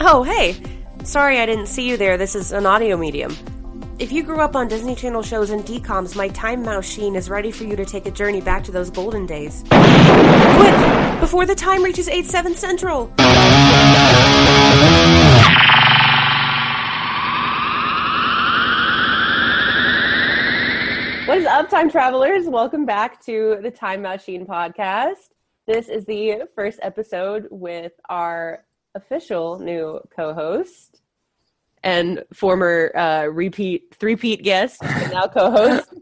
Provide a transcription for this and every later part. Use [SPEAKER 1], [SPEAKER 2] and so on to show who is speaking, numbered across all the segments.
[SPEAKER 1] Oh, hey! Sorry I didn't see you there. This is an audio medium. If you grew up on Disney Channel shows and DCOMs, my time machine is ready for you to take a journey back to those golden days. Quick! Before the time reaches 8 7 Central!
[SPEAKER 2] What is up, time travelers? Welcome back to the Time Machine podcast. This is the first episode with our official new co-host and former uh, repeat three-peat guest, but now co-host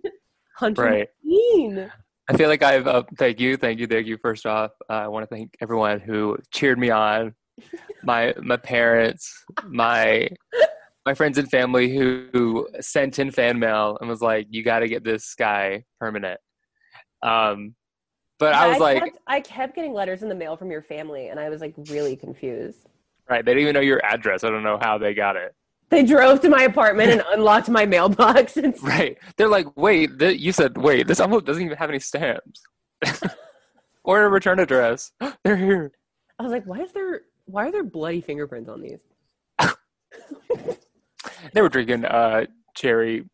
[SPEAKER 2] Hunter
[SPEAKER 3] Right.
[SPEAKER 2] Dean.
[SPEAKER 3] I feel like I've uh, thank you, thank you, thank you. First off, uh, I want to thank everyone who cheered me on, my my parents, my my friends and family who, who sent in fan mail and was like, "You got to get this guy permanent." Um, but I
[SPEAKER 2] Yeah,
[SPEAKER 3] was like,
[SPEAKER 2] kept, I kept getting letters in the mail from your family, and I was like really confused.
[SPEAKER 3] right? They didn't even know your address. I don't know how they got it.
[SPEAKER 2] They drove to my apartment and unlocked my mailbox. And
[SPEAKER 3] Right? They're like, "Wait, th- you said wait. This envelope doesn't even have any stamps or a return address. They're here."
[SPEAKER 2] I was like, why is there? Why are there bloody fingerprints on these?
[SPEAKER 3] They were drinking uh, cherry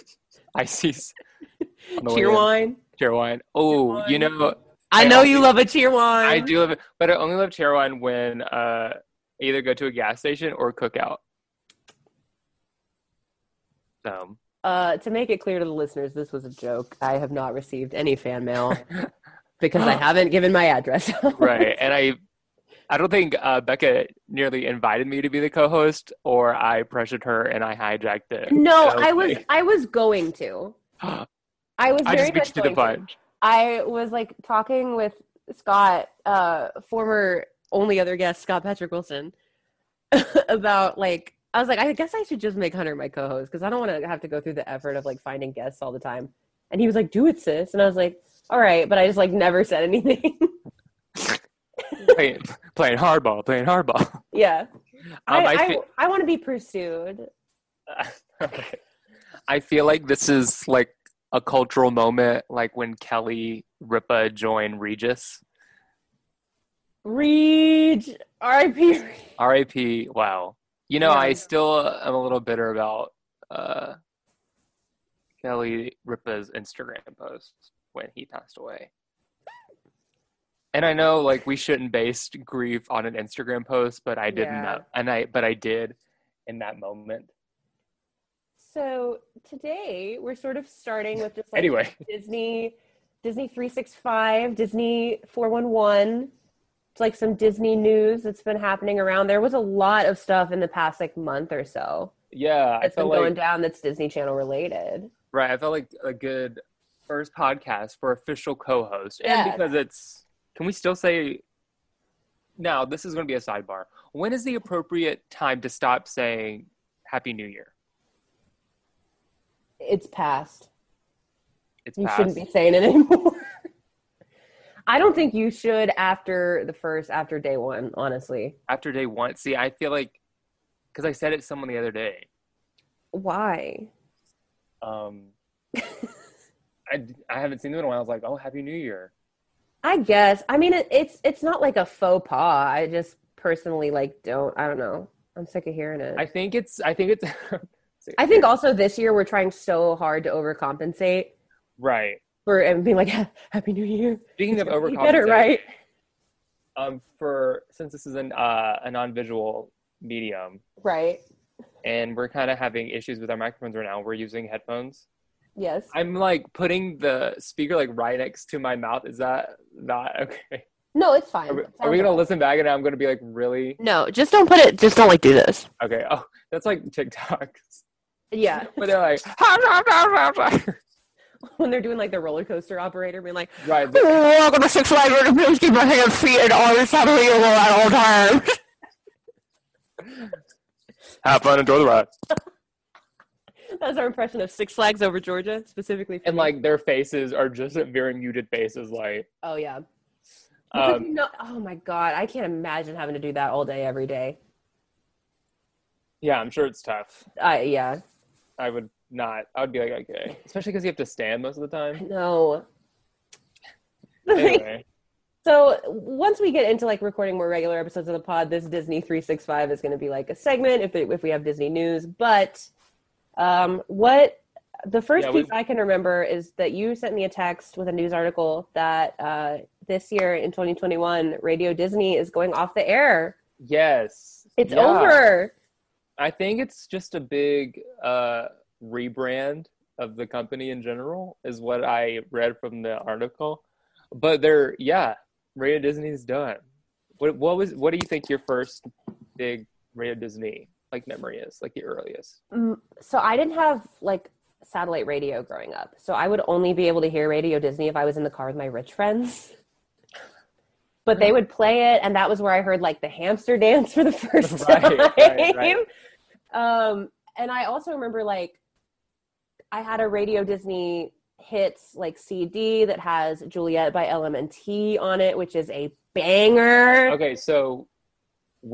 [SPEAKER 3] ices. on the way
[SPEAKER 2] Cheer
[SPEAKER 3] in.
[SPEAKER 2] wine.
[SPEAKER 3] Cheer wine. Oh, you
[SPEAKER 2] wine.
[SPEAKER 3] know,
[SPEAKER 2] I
[SPEAKER 3] I
[SPEAKER 2] know
[SPEAKER 3] only-
[SPEAKER 2] you love a cheer wine.
[SPEAKER 3] I do love it, but I only love cheer wine when uh, I either go to a gas station or cook out. So,
[SPEAKER 2] Uh, to make it clear to the listeners, this was a joke. I have not received any fan mail because I haven't given my address. out.
[SPEAKER 3] right. and I I don't think uh, Becca nearly invited me to be the co host, or I pressured her and I hijacked it.
[SPEAKER 2] No,
[SPEAKER 3] So,
[SPEAKER 2] I was
[SPEAKER 3] like,
[SPEAKER 2] I was going to. I was
[SPEAKER 3] I
[SPEAKER 2] very
[SPEAKER 3] just beat
[SPEAKER 2] much
[SPEAKER 3] you to the
[SPEAKER 2] going to.
[SPEAKER 3] punch.
[SPEAKER 2] I was like talking with Scott, uh, former only other guest Scott Patrick Wilson, about like I was like I guess I should just make Hunter my co-host because I don't want to have to go through the effort of like finding guests all the time. And he was like, "Do it, sis," and I was like, "All right," but I just like never said anything.
[SPEAKER 3] playing, playing hardball, playing hardball. Um,
[SPEAKER 2] yeah, I
[SPEAKER 3] I
[SPEAKER 2] I,
[SPEAKER 3] fe-
[SPEAKER 2] I want to be pursued.
[SPEAKER 3] Okay. I feel like this is like a cultural moment, like when Kelly Ripa joined Regis.
[SPEAKER 2] Reach R.I.P.
[SPEAKER 3] R.I.P. Wow. You know, I
[SPEAKER 2] Yeah.
[SPEAKER 3] still uh, am a little bitter about uh, Kelly Ripa's Instagram post when he passed away. And I know, like, we shouldn't base grief on an Instagram post, but I did
[SPEAKER 2] Yeah.
[SPEAKER 3] not, and I, but I did in that moment.
[SPEAKER 2] So today we're sort of starting with just like
[SPEAKER 3] Anyway,
[SPEAKER 2] Disney, Disney 365, Disney 411. It's like some Disney news that's been happening around. There was a lot of stuff in the past like month or so
[SPEAKER 3] yeah, I
[SPEAKER 2] that's been
[SPEAKER 3] feel like
[SPEAKER 2] going down that's Disney Channel related.
[SPEAKER 3] Right. I felt like a good first podcast for official co host.
[SPEAKER 2] Yeah.
[SPEAKER 3] And because it's, can we still say, now this is going to be a sidebar. When is the appropriate time to stop saying Happy New Year?
[SPEAKER 2] It's past.
[SPEAKER 3] It's
[SPEAKER 2] You
[SPEAKER 3] past.
[SPEAKER 2] shouldn't be saying it anymore. I don't think you should after the first, after day one, honestly.
[SPEAKER 3] After day one. See, I feel like, because I said it to someone the other day.
[SPEAKER 2] Why?
[SPEAKER 3] Um, I, I haven't seen them in a while. I was like, oh, Happy New Year.
[SPEAKER 2] I guess. I mean, it, it's it's not like a faux pas. I just personally like don't. I don't know. I'm sick of hearing it.
[SPEAKER 3] I think it's, I think it's,
[SPEAKER 2] I think also this year we're trying so hard to overcompensate
[SPEAKER 3] right.
[SPEAKER 2] for and being like Happy New Year.
[SPEAKER 3] Speaking of
[SPEAKER 2] It's gonna be
[SPEAKER 3] overcompensating,
[SPEAKER 2] better, right?
[SPEAKER 3] um, for since this is an uh, a non-visual medium
[SPEAKER 2] Right.
[SPEAKER 3] and we're kind of having issues with our microphones right now we're using headphones
[SPEAKER 2] Yes.
[SPEAKER 3] i'm like putting the speaker like right next to my mouth is that not okay
[SPEAKER 2] no, it's fine.
[SPEAKER 3] are we,
[SPEAKER 2] It
[SPEAKER 3] are we
[SPEAKER 2] sounds
[SPEAKER 3] gonna
[SPEAKER 2] fine.
[SPEAKER 3] listen back and i'm gonna be like really
[SPEAKER 2] No, just don't put it. Just don't like do this.
[SPEAKER 3] okay oh that's like tiktok
[SPEAKER 2] Yeah,
[SPEAKER 3] but they're like
[SPEAKER 2] when they're doing like the roller coaster operator, being like,
[SPEAKER 3] right but-
[SPEAKER 4] Welcome to Six Flags. We're going to keep our hands, feet, and arms totally illegal at all times.
[SPEAKER 3] have fun enjoy the ride
[SPEAKER 2] "That's our impression of Six Flags over Georgia, specifically." For
[SPEAKER 3] and
[SPEAKER 2] me.
[SPEAKER 3] like their faces are just very muted faces like
[SPEAKER 2] oh yeah. Because
[SPEAKER 3] um
[SPEAKER 2] you know, oh my god, I can't imagine having to do that all day every day.
[SPEAKER 3] yeah i'm sure it's tough
[SPEAKER 2] I yeah,
[SPEAKER 3] i would not i would be like okay especially because you have to stand most of the time
[SPEAKER 2] no. Like,
[SPEAKER 3] anyway
[SPEAKER 2] So once we get into like recording more regular episodes of the pod, this Disney 365 is going to be like a segment if, if we have Disney news. But um, what the first
[SPEAKER 3] Yeah, we-
[SPEAKER 2] piece I can remember is that you sent me a text with a news article that uh, this year in 2021, Radio Disney is going off the air.
[SPEAKER 3] Yes.
[SPEAKER 2] It's
[SPEAKER 3] Yeah.
[SPEAKER 2] over.
[SPEAKER 3] I think it's just a big uh, rebrand of the company in general, is what I read from the article. But they're yeah, Radio Disney's done. What what was what do you think your first big Radio Disney like memory is, like the earliest?
[SPEAKER 2] Mm, So I didn't have like satellite radio growing up. So I would only be able to hear Radio Disney if I was in the car with my rich friends. But they would play it, and that was where I heard like the hamster dance for the first
[SPEAKER 3] Right,
[SPEAKER 2] time.
[SPEAKER 3] right, right.
[SPEAKER 2] Um, and I also remember like I had a Radio Disney hits like CD that has Juliet by LMNT on it, which is a banger.
[SPEAKER 3] Okay, so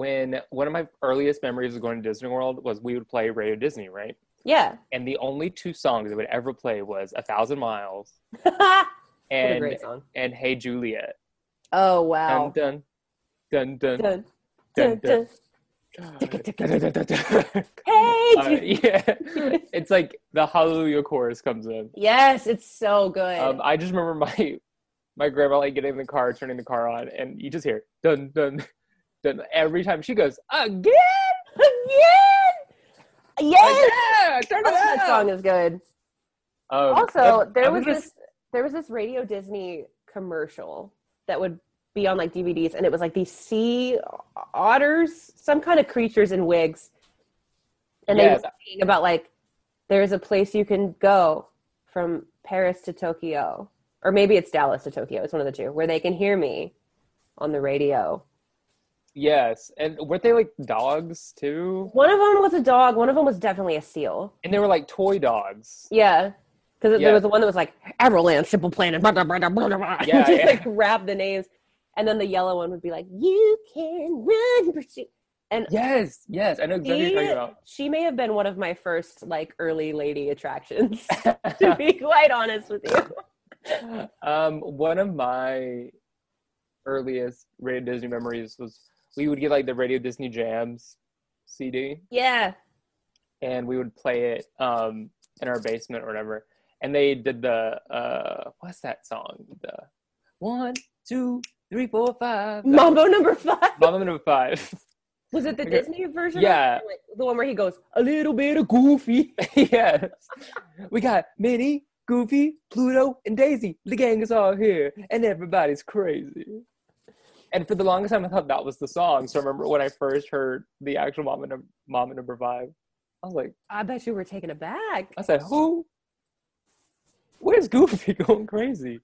[SPEAKER 3] when one of my earliest memories of going to Disney World was we would play Radio Disney, right?
[SPEAKER 2] Yeah.
[SPEAKER 3] And the only two songs they would ever play was A Thousand Miles
[SPEAKER 2] what a
[SPEAKER 3] and
[SPEAKER 2] great song.
[SPEAKER 3] and Hey Juliet.
[SPEAKER 2] Oh wow.
[SPEAKER 3] Dun dun dun dun
[SPEAKER 2] Dun,
[SPEAKER 3] dun
[SPEAKER 2] dun,
[SPEAKER 3] dun.
[SPEAKER 2] dun.
[SPEAKER 3] Uh,
[SPEAKER 2] Hey, Juliet.
[SPEAKER 3] yeah, it's like the Hallelujah chorus comes in.
[SPEAKER 2] Yes, it's so good.
[SPEAKER 3] Um, I just remember my my grandma like getting in the car, turning the car on, and you just hear dun dun dun every time she goes "Ah, again.
[SPEAKER 2] Again! Yes!
[SPEAKER 3] Yeah, turn it
[SPEAKER 2] Oh, that
[SPEAKER 3] up!
[SPEAKER 2] song is good.
[SPEAKER 3] Um,
[SPEAKER 2] Also,
[SPEAKER 3] that-
[SPEAKER 2] there
[SPEAKER 3] that
[SPEAKER 2] was
[SPEAKER 3] just-
[SPEAKER 2] this there was this Radio Disney commercial that would be on like DVDs and it was like these sea otters, some kind of creatures in wigs. And they
[SPEAKER 3] Yeah,
[SPEAKER 2] were singing about like there's a place you can go from Paris to Tokyo. Or maybe it's Dallas to Tokyo. It's one of the two where they can hear me on the radio.
[SPEAKER 3] yes, and weren't they like dogs too?
[SPEAKER 2] One of them was a dog. One of them was definitely a seal.
[SPEAKER 3] And they were like toy dogs.
[SPEAKER 2] Yeah. Because
[SPEAKER 3] Yeah.
[SPEAKER 2] there was the one that was like Everland, Simple Planet, blah, blah, blah, blah, blah, blah.
[SPEAKER 3] Yeah,
[SPEAKER 2] just
[SPEAKER 3] yeah.
[SPEAKER 2] like rap the names, and then the yellow one would be like, "You can run, pursue."
[SPEAKER 3] Yes, yes, I know exactly what you're
[SPEAKER 2] She,
[SPEAKER 3] talking about.
[SPEAKER 2] she may have been one of my first like early lady attractions. to be quite honest with you,
[SPEAKER 3] um, one of my earliest Radio Disney memories was we would get like the Radio Disney Jams CD
[SPEAKER 2] yeah,
[SPEAKER 3] and we would play it um, in our basement or whatever. And they did the uh, what's that song? The one, two, three, four, five.
[SPEAKER 2] Mambo Number Five
[SPEAKER 3] Mama number five.
[SPEAKER 2] was it the
[SPEAKER 3] Okay.
[SPEAKER 2] Disney version? or
[SPEAKER 3] Yeah.
[SPEAKER 2] the one where he goes a little bit of goofy.
[SPEAKER 3] yes. We got Minnie, Goofy, Pluto, and Daisy. The gang is all here, and everybody's crazy. And for the longest time, I thought that was the song. So I remember when I first heard the actual Mama, Num- Mama Number Five, I was like,
[SPEAKER 2] I bet you were taken aback.
[SPEAKER 3] I said, who? Where's Goofy going crazy?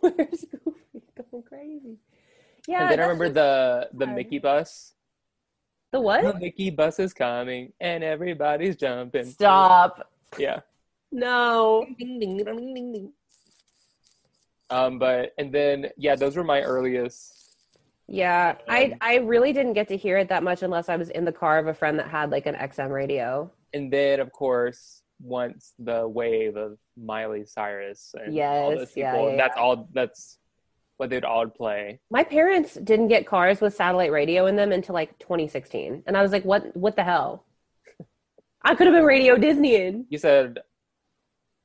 [SPEAKER 2] Where's Goofy going crazy? Yeah,
[SPEAKER 3] and then
[SPEAKER 2] that's
[SPEAKER 3] I remember
[SPEAKER 2] just-
[SPEAKER 3] the the
[SPEAKER 2] hard.
[SPEAKER 3] Mickey bus.
[SPEAKER 2] the what?
[SPEAKER 3] The Mickey bus is coming, and everybody's jumping.
[SPEAKER 2] Stop.
[SPEAKER 3] Yeah.
[SPEAKER 2] No.
[SPEAKER 3] Um, but and then yeah, those were my earliest.
[SPEAKER 2] Yeah, I
[SPEAKER 3] Um,
[SPEAKER 2] I really didn't get to hear it that much unless I was in the car of a friend that had like an XM radio.
[SPEAKER 3] And then of course, once the wave of Miley Cyrus and all
[SPEAKER 2] Yes,
[SPEAKER 3] those
[SPEAKER 2] yeah,
[SPEAKER 3] people,
[SPEAKER 2] yeah,
[SPEAKER 3] that's all. That's what they'd all play.
[SPEAKER 2] My parents didn't get cars with satellite radio in them until like 2016, and I was like, what What the hell? I could have been Radio Disney in.
[SPEAKER 3] You said,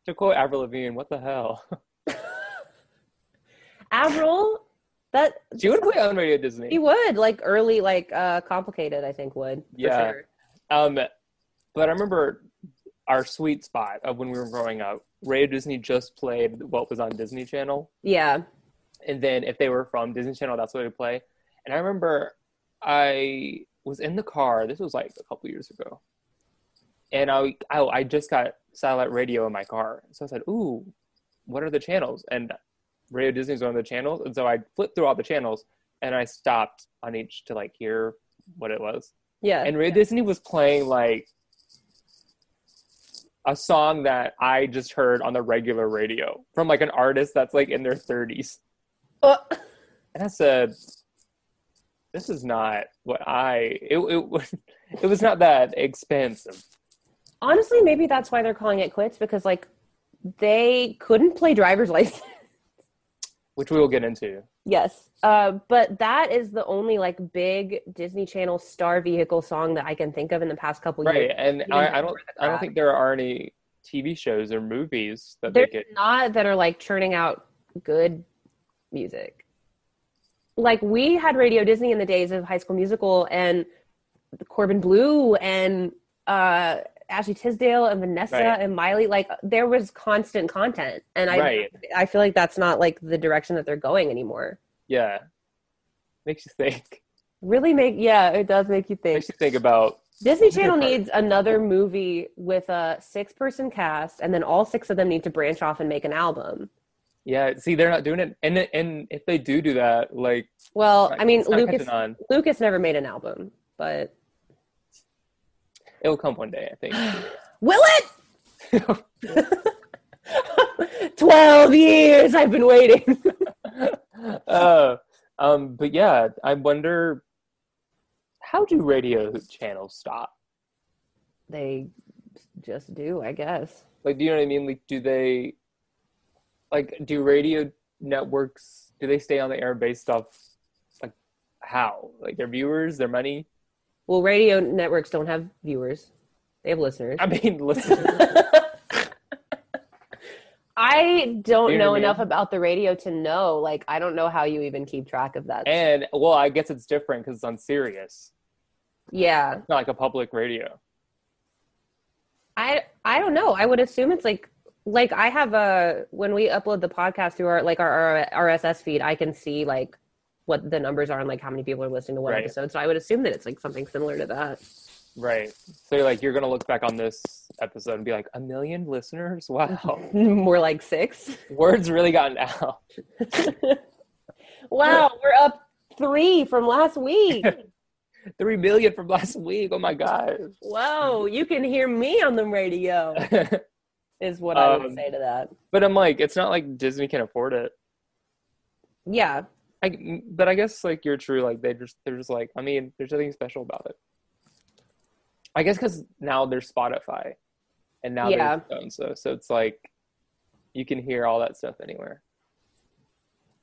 [SPEAKER 3] to quote Avril Lavigne, "What the hell?"
[SPEAKER 2] Avril, that
[SPEAKER 3] she would play on Radio Disney.
[SPEAKER 2] he would like early like uh complicated. I think would. for
[SPEAKER 3] Yeah.
[SPEAKER 2] sure.
[SPEAKER 3] Um, but I remember our sweet spot of when we were growing up. Radio Disney just played what was on Disney Channel.
[SPEAKER 2] Yeah.
[SPEAKER 3] and then if they were from Disney Channel, that's what they play. And I remember I was in the car. This was like a couple years ago, and I I, I just got satellite radio in my car, so I said, "Ooh, what are the channels?" And Radio Disney's one of the channels, and so I flipped through all the channels, and I stopped on each to like hear what it was.
[SPEAKER 2] Yeah.
[SPEAKER 3] And Radio Disney was playing like a song that I just heard on the regular radio from like an artist that's like in their thirties.
[SPEAKER 2] Uh,
[SPEAKER 3] And I said, "This is not what I. It it, was- it was not that expensive."
[SPEAKER 2] honestly, maybe that's why they're calling it quits because like they couldn't play driver's license.
[SPEAKER 3] which we will get into.
[SPEAKER 2] Yes. Uh, but that is the only like big Disney Channel star vehicle song that I can think of in the past couple
[SPEAKER 3] Right,
[SPEAKER 2] years.
[SPEAKER 3] and
[SPEAKER 2] didn't
[SPEAKER 3] I,
[SPEAKER 2] have
[SPEAKER 3] I
[SPEAKER 2] to
[SPEAKER 3] don't,
[SPEAKER 2] worry about
[SPEAKER 3] I don't
[SPEAKER 2] that.
[SPEAKER 3] think there are any TV shows or movies that
[SPEAKER 2] There's
[SPEAKER 3] they get.
[SPEAKER 2] not that are like churning out good music. Like we had Radio Disney in the days of High School Musical and Corbin Blue and uh, Ashley Tisdale and Vanessa
[SPEAKER 3] Right.
[SPEAKER 2] and Miley. Like there was constant content, and I
[SPEAKER 3] Right.
[SPEAKER 2] I feel like that's not like the direction that they're going anymore.
[SPEAKER 3] Yeah, makes you think.
[SPEAKER 2] Really make yeah, it does make you think.
[SPEAKER 3] Makes you think about
[SPEAKER 2] Disney Channel
[SPEAKER 3] part.
[SPEAKER 2] needs another movie with a six person cast, and then all six of them need to branch off and make an album.
[SPEAKER 3] yeah. See, they're not doing it, and and if they do do that, like
[SPEAKER 2] Well,
[SPEAKER 3] it's
[SPEAKER 2] I mean,
[SPEAKER 3] not
[SPEAKER 2] Lucas
[SPEAKER 3] catching on.
[SPEAKER 2] Lucas never made an album, but
[SPEAKER 3] It'll come one day, I think.
[SPEAKER 2] will it? Twelve years I've been waiting.
[SPEAKER 3] uh, um, but yeah, I wonder how do radio channels stop?
[SPEAKER 2] they just do, I guess.
[SPEAKER 3] Like, do you know what I mean? Like, do they, like, do radio networks do they stay on the air based off like how like their viewers, their money?
[SPEAKER 2] Well, radio networks don't have viewers; they have listeners.
[SPEAKER 3] I mean, listen,
[SPEAKER 2] I don't
[SPEAKER 3] You know
[SPEAKER 2] know
[SPEAKER 3] what I mean?
[SPEAKER 2] enough about the radio to know. Like, I don't know how you even keep track of that.
[SPEAKER 3] and well, I guess it's different because it's on Sirius,
[SPEAKER 2] yeah,
[SPEAKER 3] It's not like a public radio.
[SPEAKER 2] I I don't know. I would assume it's like like I have a when we upload the podcast through our like our, our RSS feed, I can see like what the numbers are and like how many people are listening to what
[SPEAKER 3] Right.
[SPEAKER 2] episode. So I would assume that it's like something similar to that.
[SPEAKER 3] Right. So like you're gonna look back on this episode and be like, a million listeners? Wow.
[SPEAKER 2] More like six.
[SPEAKER 3] Words really gotten out.
[SPEAKER 2] Wow, we're up three from last week.
[SPEAKER 3] Three million from last week. Oh my god.
[SPEAKER 2] Whoa, you can hear me on the radio
[SPEAKER 3] but
[SPEAKER 2] is what I would
[SPEAKER 3] Um,
[SPEAKER 2] say to that.
[SPEAKER 3] I'm like, it's not like Disney can afford it.
[SPEAKER 2] Yeah.
[SPEAKER 3] I, but I guess like you're true. Like they just they're just like I mean, there's nothing special about it. I guess because now there's Spotify, and now
[SPEAKER 2] Yeah.
[SPEAKER 3] there's phone, so so it's like you can hear all that stuff anywhere.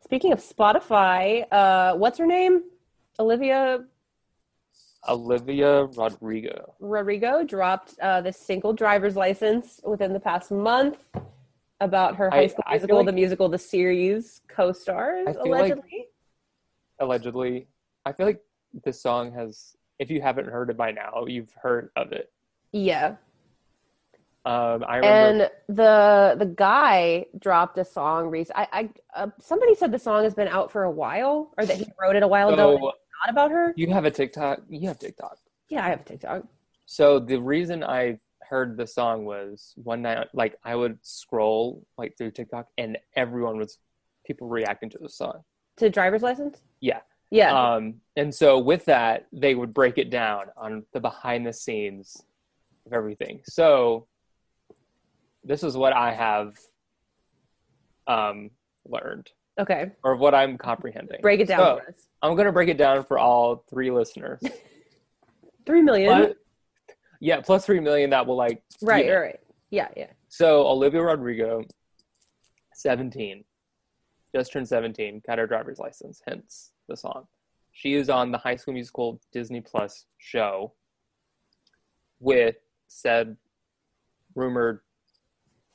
[SPEAKER 2] Speaking of Spotify, uh what's her name? Olivia
[SPEAKER 3] Olivia Rodrigo.
[SPEAKER 2] Rodrigo dropped uh, the single driver's license within the past month about her
[SPEAKER 3] I-
[SPEAKER 2] high school
[SPEAKER 3] I feel
[SPEAKER 2] musical,
[SPEAKER 3] like-
[SPEAKER 2] the musical, the series co-stars
[SPEAKER 3] I feel like-
[SPEAKER 2] allegedly.
[SPEAKER 3] allegedly. I feel like this song has, if you haven't heard it by now, you've heard of it.
[SPEAKER 2] yeah,
[SPEAKER 3] Um, I remember.
[SPEAKER 2] and the the guy dropped a song recently. I, I uh, somebody said the song has been out for a while, or that he wrote it a while ago. And
[SPEAKER 3] so
[SPEAKER 2] not about her.
[SPEAKER 3] you have a TikTok. You have TikTok.
[SPEAKER 2] Yeah, I have a TikTok.
[SPEAKER 3] So the reason I heard the song was one night, like I would scroll like through TikTok, and everyone was people reacting to the song.
[SPEAKER 2] To driver's license.
[SPEAKER 3] Yeah.
[SPEAKER 2] Yeah.
[SPEAKER 3] Um, and so with that, they would break it down on the behind the scenes of everything. So this is what I have um, learned.
[SPEAKER 2] okay.
[SPEAKER 3] or what I'm comprehending.
[SPEAKER 2] Break it down
[SPEAKER 3] So,
[SPEAKER 2] for us.
[SPEAKER 3] I'm going to break it down for all three listeners.
[SPEAKER 2] Three million.
[SPEAKER 3] But- yeah, plus 3 million that will like.
[SPEAKER 2] right.
[SPEAKER 3] you know.
[SPEAKER 2] Right. Right. Yeah. Yeah.
[SPEAKER 3] So, Olivia Rodrigo, 17, just turned 17, got her driver's license, hence the song. She is on the High School Musical Disney Plus show with said rumored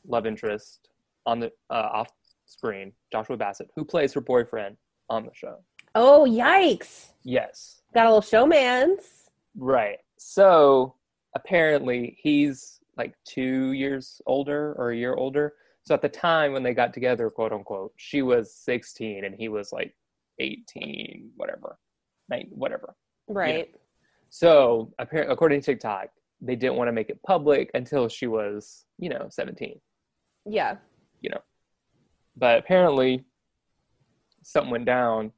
[SPEAKER 3] love interest on the uh, off screen, Joshua Bassett, who plays her boyfriend on the show.
[SPEAKER 2] Oh yikes!
[SPEAKER 3] Yes.
[SPEAKER 2] Got a little showman's.
[SPEAKER 3] Right. So apparently he's like two years older or a year older. So at the time when they got together, quote unquote, she was 16 and he was like 18, whatever, nine, whatever.
[SPEAKER 2] Right.
[SPEAKER 3] So apparently, according to TikTok, they didn't want to make it public until she was, you know, 17.
[SPEAKER 2] Yeah.
[SPEAKER 3] But apparently something went down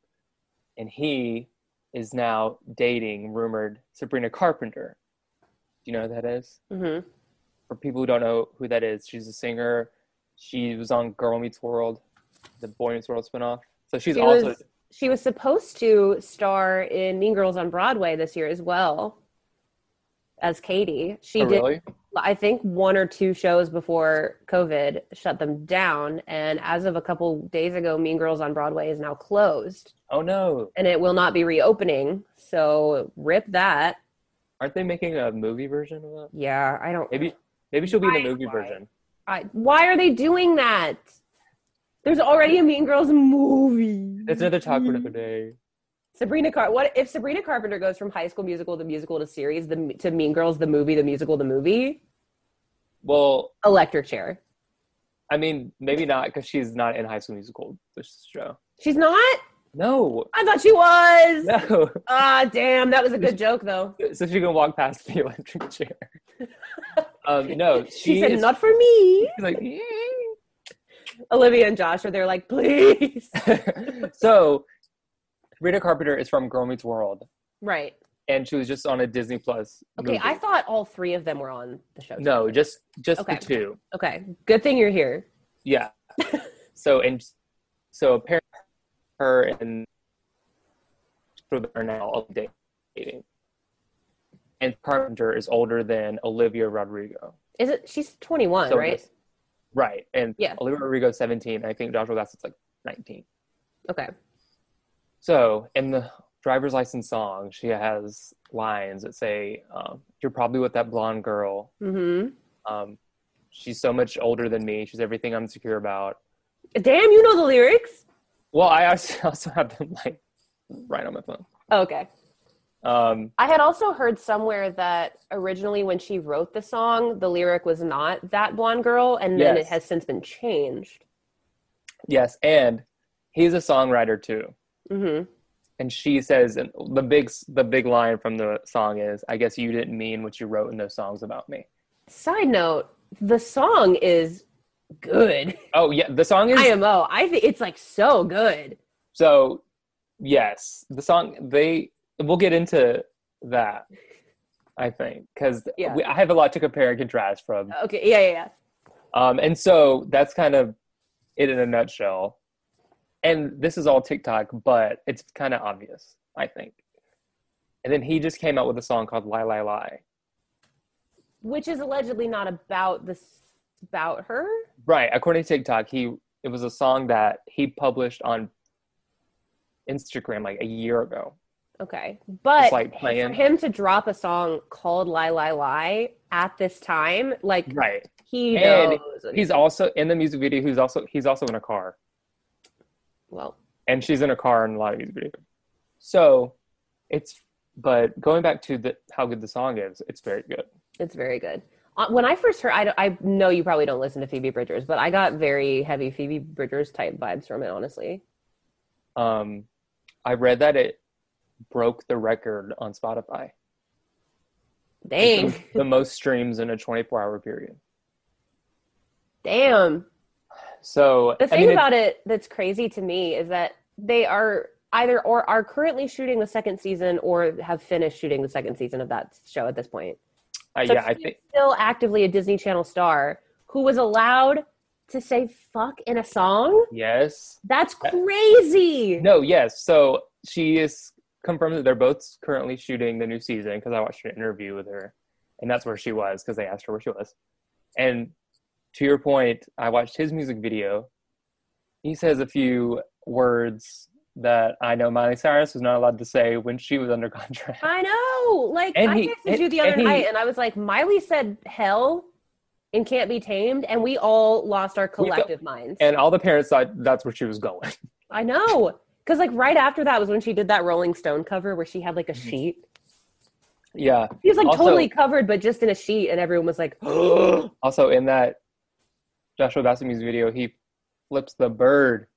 [SPEAKER 3] and he is now dating rumored Sabrina Carpenter. Do you know who that is?
[SPEAKER 2] hmm
[SPEAKER 3] for people who don't know who that is, she's a singer. She was on Girl Meets World, the Boy Meets World spinoff. So she's
[SPEAKER 2] She
[SPEAKER 3] also
[SPEAKER 2] was she was supposed to star in Mean Girls on Broadway this year as well as Katie. She
[SPEAKER 3] oh,
[SPEAKER 2] did.
[SPEAKER 3] really
[SPEAKER 2] I think one or two shows before COVID shut them down. And as of a couple days ago, Mean Girls on Broadway is now closed
[SPEAKER 3] Oh no!
[SPEAKER 2] and it will not be reopening. So rip that.
[SPEAKER 3] Aren't they making a movie version of that?
[SPEAKER 2] Yeah, I don't.
[SPEAKER 3] Maybe maybe she'll be in
[SPEAKER 2] Why-
[SPEAKER 3] the movie
[SPEAKER 2] why?
[SPEAKER 3] version.
[SPEAKER 2] I, why are they doing that? There's already a Mean Girls movie.
[SPEAKER 3] That's another talk for another day.
[SPEAKER 2] Sabrina Car. What if Sabrina Carpenter goes from High School Musical, the musical, to series, the to Mean Girls, the movie, the musical, the movie,
[SPEAKER 3] Well,
[SPEAKER 2] electric chair?
[SPEAKER 3] I mean, maybe not because she's not in High School Musical this show.
[SPEAKER 2] She's not.
[SPEAKER 3] No,
[SPEAKER 2] I thought she was.
[SPEAKER 3] no.
[SPEAKER 2] Ah, damn, that was a good joke though.
[SPEAKER 3] So she can walk past the electric chair. um, no, she,
[SPEAKER 2] She, said,
[SPEAKER 3] is
[SPEAKER 2] "Not for me."
[SPEAKER 3] she's like.
[SPEAKER 2] Olivia and Josh are there, like, please.
[SPEAKER 3] so, Rita Carpenter is from Girl Meets World,
[SPEAKER 2] right.
[SPEAKER 3] and she was just on a Disney Plus.
[SPEAKER 2] Okay,
[SPEAKER 3] movie.
[SPEAKER 2] I thought all three of them were on the show.
[SPEAKER 3] no, just just
[SPEAKER 2] Okay.
[SPEAKER 3] the two.
[SPEAKER 2] Okay, good thing you're here.
[SPEAKER 3] Yeah. so and so apparently her and are now dating. And Carpenter is older than Olivia Rodrigo.
[SPEAKER 2] Is it? She's 21,
[SPEAKER 3] So
[SPEAKER 2] Oh, right?
[SPEAKER 3] this- Right. And
[SPEAKER 2] Yeah.
[SPEAKER 3] Olivia Rodrigo's 17. and I think Joshua Bassett's like 19.
[SPEAKER 2] Okay.
[SPEAKER 3] So in the driver's license song, she has lines that say, um, You're probably with that blonde girl.
[SPEAKER 2] hmm
[SPEAKER 3] Um, she's so much older than me. She's everything I'm secure about.
[SPEAKER 2] Damn, you know the lyrics.
[SPEAKER 3] Well, I also also have them like right on my phone.
[SPEAKER 2] Oh, Okay.
[SPEAKER 3] Um,
[SPEAKER 2] I had also heard somewhere that originally when she wrote the song, the lyric was not that blonde girl, and then
[SPEAKER 3] Yes.
[SPEAKER 2] it has since been changed.
[SPEAKER 3] yes, and he's a songwriter too.
[SPEAKER 2] hmm
[SPEAKER 3] And she says, and the big the big line from the song is, "I guess you didn't mean what you wrote in those songs about me."
[SPEAKER 2] Side note: the song is good.
[SPEAKER 3] Oh yeah, the song is
[SPEAKER 2] IMO. I think it's like so good.
[SPEAKER 3] so. Yes, the song they we'll get into that. I think because
[SPEAKER 2] Yeah.
[SPEAKER 3] I have a lot to compare and contrast from.
[SPEAKER 2] Okay. Yeah. Yeah. yeah.
[SPEAKER 3] Um, and so that's kind of it in a nutshell. And this is all TikTok, but it's kind of obvious, I think. And then he just came out with a song called "Lie Lie Lie."
[SPEAKER 2] Which is allegedly not about this. About her.
[SPEAKER 3] Right, according to TikTok, he it was a song that he published on Instagram like a year ago.
[SPEAKER 2] Okay. But
[SPEAKER 3] It's like
[SPEAKER 2] for
[SPEAKER 3] playing.
[SPEAKER 2] him to drop a song called "Lie Lie Lie" at this time, like
[SPEAKER 3] Right.
[SPEAKER 2] he
[SPEAKER 3] And
[SPEAKER 2] knows.
[SPEAKER 3] He's also in the music video. He's also he's also in a car,
[SPEAKER 2] well,
[SPEAKER 3] and she's in a car in a lot of music videos. So, it's but going back to the how good the song is, it's very good.
[SPEAKER 2] It's very good. Uh, When I first heard, I, don't- I know you probably don't listen to Phoebe Bridgers, but I got very heavy Phoebe Bridgers type vibes from it, honestly.
[SPEAKER 3] um, I read that it broke the record on Spotify.
[SPEAKER 2] Dang,
[SPEAKER 3] The, the most streams in a 24 hour period.
[SPEAKER 2] damn.
[SPEAKER 3] So
[SPEAKER 2] The
[SPEAKER 3] I
[SPEAKER 2] thing
[SPEAKER 3] mean, it-
[SPEAKER 2] about it that's crazy to me is that they are either or are currently shooting the second season or have finished shooting the second season of that show at this point.
[SPEAKER 3] uh,
[SPEAKER 2] So
[SPEAKER 3] yeah, I
[SPEAKER 2] she's
[SPEAKER 3] think
[SPEAKER 2] still actively a Disney Channel star who was allowed to say fuck in a song.
[SPEAKER 3] yes.
[SPEAKER 2] That's crazy.
[SPEAKER 3] No, yes. So she is confirmed that they're both currently shooting the new season because I watched an interview with her, and that's where she was because they asked her where she was. And to your point, I watched his music video. He says a few words that I know Miley Cyrus was not allowed to say when she was under contract.
[SPEAKER 2] I know. Like
[SPEAKER 3] And
[SPEAKER 2] I
[SPEAKER 3] he-
[SPEAKER 2] texted
[SPEAKER 3] and-
[SPEAKER 2] you the other
[SPEAKER 3] and he-
[SPEAKER 2] night, and I was like, Miley said hell and can't be tamed, and we all lost our
[SPEAKER 3] We go-
[SPEAKER 2] collective minds.
[SPEAKER 3] and all the parents thought that's where she was going.
[SPEAKER 2] I know, because like right after that was when she did that Rolling Stone cover where she had like a sheet.
[SPEAKER 3] yeah.
[SPEAKER 2] She was like
[SPEAKER 3] Mm-hmm. Also-
[SPEAKER 2] totally covered, but just in a sheet, and everyone was like,
[SPEAKER 3] Also, in that Joshua Bassett music video, he flips the bird.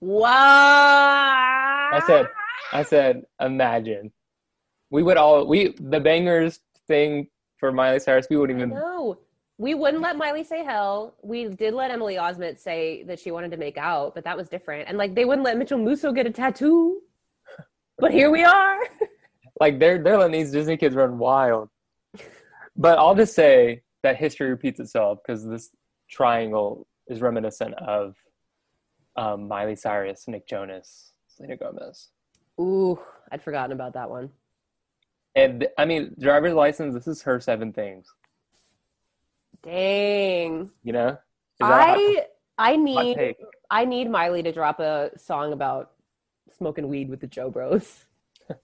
[SPEAKER 2] "Wow!"
[SPEAKER 3] I
[SPEAKER 2] I
[SPEAKER 3] said, I said, imagine. We would all we the bangers thing for Miley Cyrus. We wouldn't even.
[SPEAKER 2] "No, we wouldn't let Miley say hell. We did let Emily Osment say that she wanted to make out, but that was different. And like they wouldn't let Mitchell Musso get a tattoo, but here we are."
[SPEAKER 3] like they're they're letting these Disney kids run wild. But I'll just say that history repeats itself because this triangle is reminiscent of um, Miley Cyrus, Nick Jonas, Selena Gomez.
[SPEAKER 2] Ooh, I'd forgotten about that one.
[SPEAKER 3] And I mean, driver's license. This is her seven things.
[SPEAKER 2] Dang.
[SPEAKER 3] You know, Is that a hot-
[SPEAKER 2] I I
[SPEAKER 3] hot
[SPEAKER 2] need
[SPEAKER 3] take?
[SPEAKER 2] I need Miley to drop a song about smoking weed with the Joe Bros. if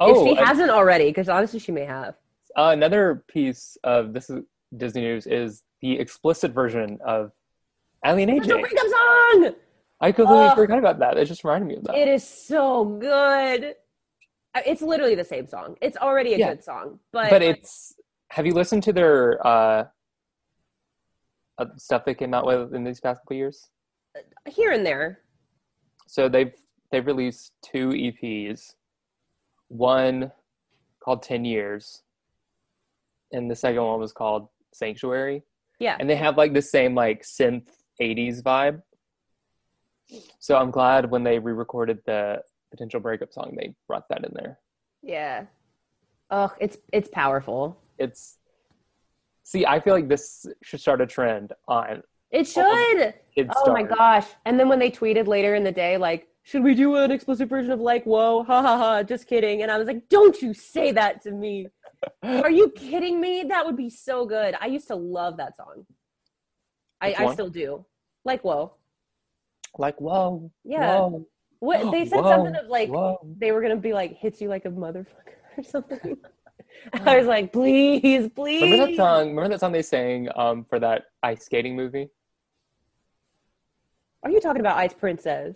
[SPEAKER 3] Oh,
[SPEAKER 2] she
[SPEAKER 3] a-
[SPEAKER 2] hasn't already, because honestly, she may have.
[SPEAKER 3] another piece of this is Disney news is the explicit version of Alien
[SPEAKER 2] It's a
[SPEAKER 3] AJ.
[SPEAKER 2] breakup song.
[SPEAKER 3] I completely
[SPEAKER 2] Ugh.
[SPEAKER 3] forgot about that. It just reminded me of that.
[SPEAKER 2] It is so good. Uh, It's literally the same song. It's already a
[SPEAKER 3] Yeah.
[SPEAKER 2] good song, but,
[SPEAKER 3] but it's have you listened to their uh, uh, stuff they came out with in these past couple years?
[SPEAKER 2] here and there.
[SPEAKER 3] So they've they've released two EPs, one called Ten Years, and the second one was called Sanctuary.
[SPEAKER 2] Yeah.
[SPEAKER 3] and they have like the same like synth 80s vibe so i'm glad when they re-recorded the potential breakup song they brought that in there
[SPEAKER 2] Yeah. Ugh, it's it's powerful.
[SPEAKER 3] it's see i feel like this should start a trend on
[SPEAKER 2] It should.
[SPEAKER 3] Oh, kids
[SPEAKER 2] Oh my gosh. And then when they tweeted later in the day, like, should we do an explicit version of like, whoa, ha ha ha, just kidding. And I was like, don't you say that to me. Are you kidding me? That would be so good. I used to love that song. I,
[SPEAKER 3] Which
[SPEAKER 2] I
[SPEAKER 3] one?
[SPEAKER 2] still do. Like, whoa.
[SPEAKER 3] like whoa
[SPEAKER 2] Yeah.
[SPEAKER 3] whoa,
[SPEAKER 2] What they said
[SPEAKER 3] Whoa,
[SPEAKER 2] something of like
[SPEAKER 3] whoa.
[SPEAKER 2] they were gonna be like hits you like a motherfucker or something. I was like, please, please.
[SPEAKER 3] remember that song remember that song they sang um, for that ice skating movie
[SPEAKER 2] Are you talking about Ice Princess?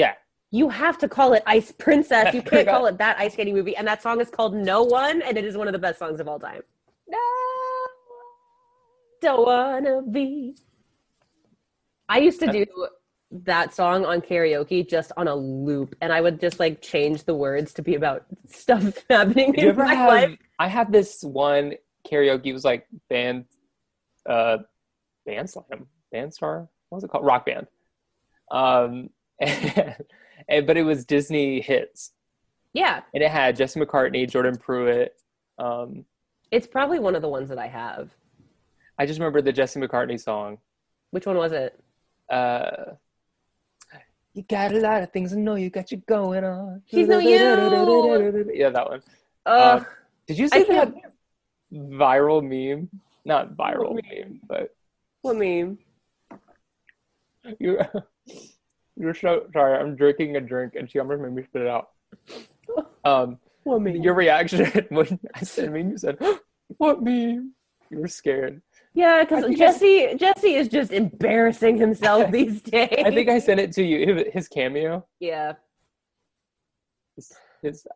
[SPEAKER 3] yeah
[SPEAKER 2] You have to call it Ice Princess. You can't
[SPEAKER 3] forgot.
[SPEAKER 2] call it that ice skating movie. And that song is called No One, and it is one of the best songs of all time. No, don't wanna be. I used to do that song on karaoke just on a loop, and I would just like change the words to be about stuff happening
[SPEAKER 3] Did you
[SPEAKER 2] in
[SPEAKER 3] ever
[SPEAKER 2] my
[SPEAKER 3] have?
[SPEAKER 2] life.
[SPEAKER 3] I had this one karaoke. It was like band, uh, band slam, band star. What was it called? Rock band. Um, and, but it was Disney hits,
[SPEAKER 2] Yeah,
[SPEAKER 3] and it had Jesse McCartney, Jordan Pruitt. Um,
[SPEAKER 2] it's probably one of the ones that I have.
[SPEAKER 3] I just remember the Jesse McCartney song.
[SPEAKER 2] Which one was it?
[SPEAKER 3] Uh, you got a lot of things I know you got you going on.
[SPEAKER 2] She's no you.
[SPEAKER 3] Yeah, that one.
[SPEAKER 2] Ugh.
[SPEAKER 3] Uh, Did you
[SPEAKER 2] Uh, I
[SPEAKER 3] see that
[SPEAKER 2] can't.
[SPEAKER 3] viral meme? Not viral meme, but
[SPEAKER 2] What meme?
[SPEAKER 3] You, you're so sorry. I'm drinking a drink, and she almost made me spit it out. Um,
[SPEAKER 2] What meme?
[SPEAKER 3] your reaction when I said meme, you said, "What meme?" You were scared.
[SPEAKER 2] Yeah, because
[SPEAKER 3] think I-
[SPEAKER 2] Jesse Jesse is just embarrassing himself these days.
[SPEAKER 3] I think I sent it to you. His- His cameo.
[SPEAKER 2] yeah.
[SPEAKER 3] His, his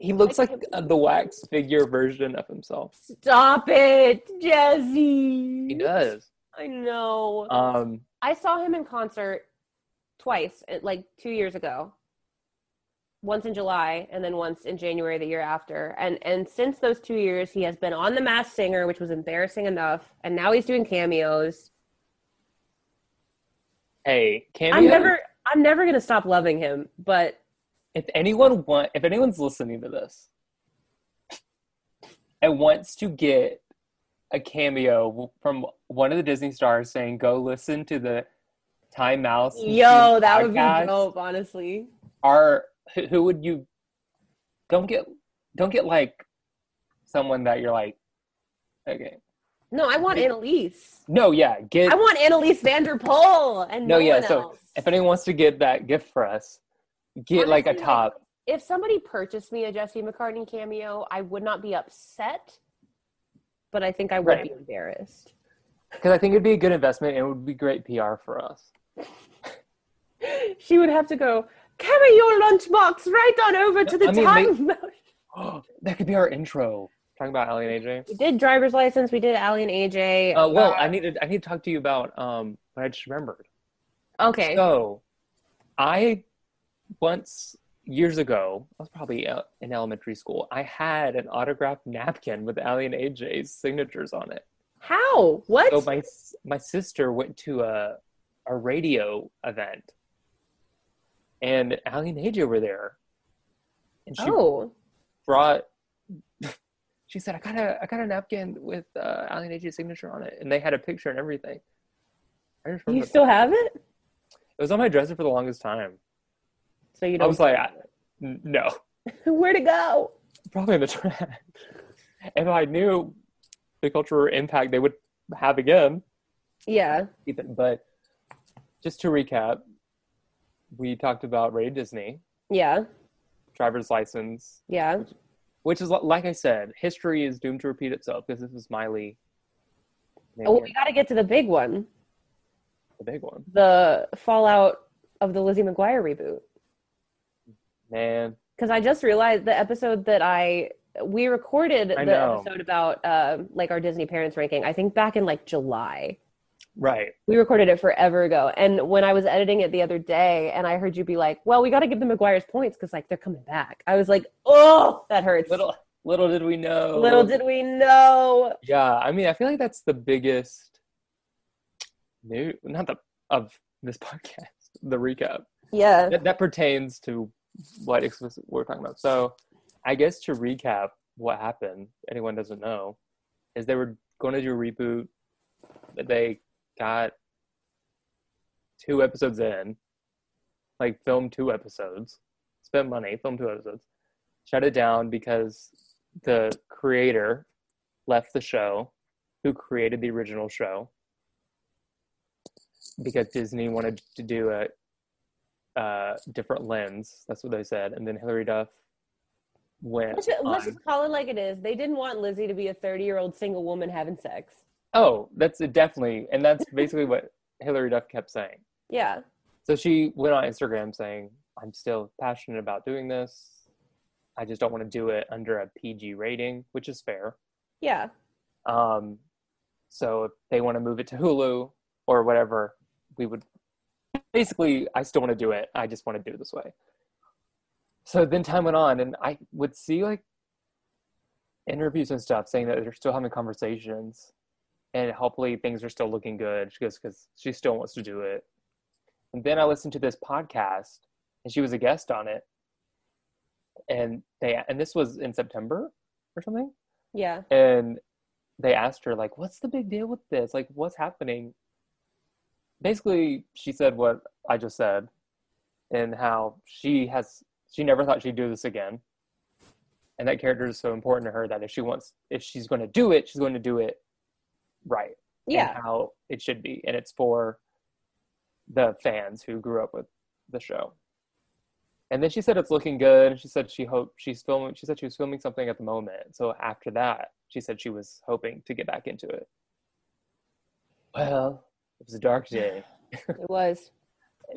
[SPEAKER 3] he looks like the wax figure version of himself.
[SPEAKER 2] Stop it, Jesse.
[SPEAKER 3] He does.
[SPEAKER 2] I know.
[SPEAKER 3] Um,
[SPEAKER 2] I saw him in concert twice, eh, like two years ago. Once in July, and then once in January the year after. And and since those two years, he has been on The Masked Singer, which was embarrassing enough, and now he's doing cameos.
[SPEAKER 3] hey, cameo.
[SPEAKER 2] I'm never I'm never gonna stop loving him, but
[SPEAKER 3] if anyone want if anyone's listening to this and wants to get a cameo from one of the Disney stars saying go listen to the Time Mouse
[SPEAKER 2] yo, that would be
[SPEAKER 3] podcast,"
[SPEAKER 2] dope, honestly.
[SPEAKER 3] are who, who would you don't get don't get like someone that you're like okay
[SPEAKER 2] No, I want Annalise.
[SPEAKER 3] no yeah get
[SPEAKER 2] I want Annalise Vanderpool and no,
[SPEAKER 3] no yeah
[SPEAKER 2] one
[SPEAKER 3] so
[SPEAKER 2] else.
[SPEAKER 3] if anyone wants to get that gift for us get like a
[SPEAKER 2] Honestly,
[SPEAKER 3] top
[SPEAKER 2] If somebody purchased me a Jesse McCartney cameo, I would not be upset, but I think I would
[SPEAKER 3] Right.
[SPEAKER 2] be embarrassed.
[SPEAKER 3] because I think it'd be a good investment and it would be great PR for us
[SPEAKER 2] She would have to go carry your lunchbox right on over to the
[SPEAKER 3] I mean,
[SPEAKER 2] time.
[SPEAKER 3] that could be our intro. Talking about Ali and AJ.
[SPEAKER 2] we did driver's license. We did Allie and AJ.
[SPEAKER 3] Uh, well,
[SPEAKER 2] Uh,
[SPEAKER 3] I need to I need to talk to you about um what I just remembered.
[SPEAKER 2] Uh, okay.
[SPEAKER 3] So, I once years ago, I was probably uh, in elementary school. I had an autographed napkin with Ali and AJ's signatures on it.
[SPEAKER 2] How? What?
[SPEAKER 3] So my s- my sister went to a a radio event, and Ali and AJ were there, and she
[SPEAKER 2] oh,
[SPEAKER 3] brought she said i got a i got a napkin with uh alan Agee's signature on it and they had a picture and everything i just
[SPEAKER 2] you
[SPEAKER 3] remember
[SPEAKER 2] still have it?
[SPEAKER 3] it was on my dresser for the longest time
[SPEAKER 2] So you
[SPEAKER 3] i
[SPEAKER 2] don't.
[SPEAKER 3] was like I, n- no
[SPEAKER 2] Where'd it go?
[SPEAKER 3] probably in the trash if i knew the cultural impact they would have again.
[SPEAKER 2] Yeah.
[SPEAKER 3] Ethan, But just to recap, we talked about Ray Disney,
[SPEAKER 2] Yeah.
[SPEAKER 3] driver's license,
[SPEAKER 2] Yeah.
[SPEAKER 3] which is li- like I said, history is doomed to repeat itself because this is Miley.
[SPEAKER 2] Oh, well, we got to get to the big one
[SPEAKER 3] the big one,
[SPEAKER 2] the fallout of the Lizzie McGuire reboot.
[SPEAKER 3] man.
[SPEAKER 2] Because I just realized the episode that I. We recorded
[SPEAKER 3] I
[SPEAKER 2] the
[SPEAKER 3] know.
[SPEAKER 2] episode about uh, like our Disney parents ranking. I think back in like July.
[SPEAKER 3] Right.
[SPEAKER 2] We recorded it forever ago. And when I was editing it the other day, and I heard you be like, "Well, we got to give the McGuire's points because like they're coming back." I was like, "Oh, that hurts."
[SPEAKER 3] Little little did we know.
[SPEAKER 2] Little did we know.
[SPEAKER 3] Yeah, I mean, I feel like that's the biggest new not the of this podcast. The recap
[SPEAKER 2] Yeah.
[SPEAKER 3] that, that pertains to what explicit we're talking about. So, I guess to recap what happened, anyone doesn't know, is they were going to do a reboot, but they got two episodes in, like filmed two episodes, spent money, filmed two episodes, shut it down because the creator left the show, who created the original show, because Disney wanted to do a uh, different lens. That's what they said. And then Hillary Duff went.
[SPEAKER 2] Let's, just- let's
[SPEAKER 3] on-
[SPEAKER 2] just call it like it is. They didn't want Lizzie to be a 30 year old single woman having sex.
[SPEAKER 3] Oh, that's definitely, and that's basically what Hillary Duff kept saying.
[SPEAKER 2] Yeah.
[SPEAKER 3] So she went on Instagram saying, "I'm still passionate about doing this. I just don't want to do it under a PG rating, which is fair.
[SPEAKER 2] Yeah.
[SPEAKER 3] Um, so if they want to move it to Hulu or whatever, we would. Basically, I still want to do it. I just want to do it this way. So then time went on, and I would see like interviews and stuff saying that they're still having conversations, and hopefully things are still looking good. She goes because she still wants to do it. And then I listened to this podcast, and she was a guest on it, and they and this was in September or something
[SPEAKER 2] Yeah.
[SPEAKER 3] and they asked her like what's the big deal with this like what's happening basically she said what i just said and how she has she never thought she'd do this again and that character is so important to her that if she wants if she's going to do it she's going to do it right
[SPEAKER 2] Yeah.
[SPEAKER 3] and how it should be and it's for the fans who grew up with the show and then she said it's looking good and she said she hoped she's filming she said she was filming something at the moment so after that she said she was hoping to get back into it well it was a dark day
[SPEAKER 2] It was.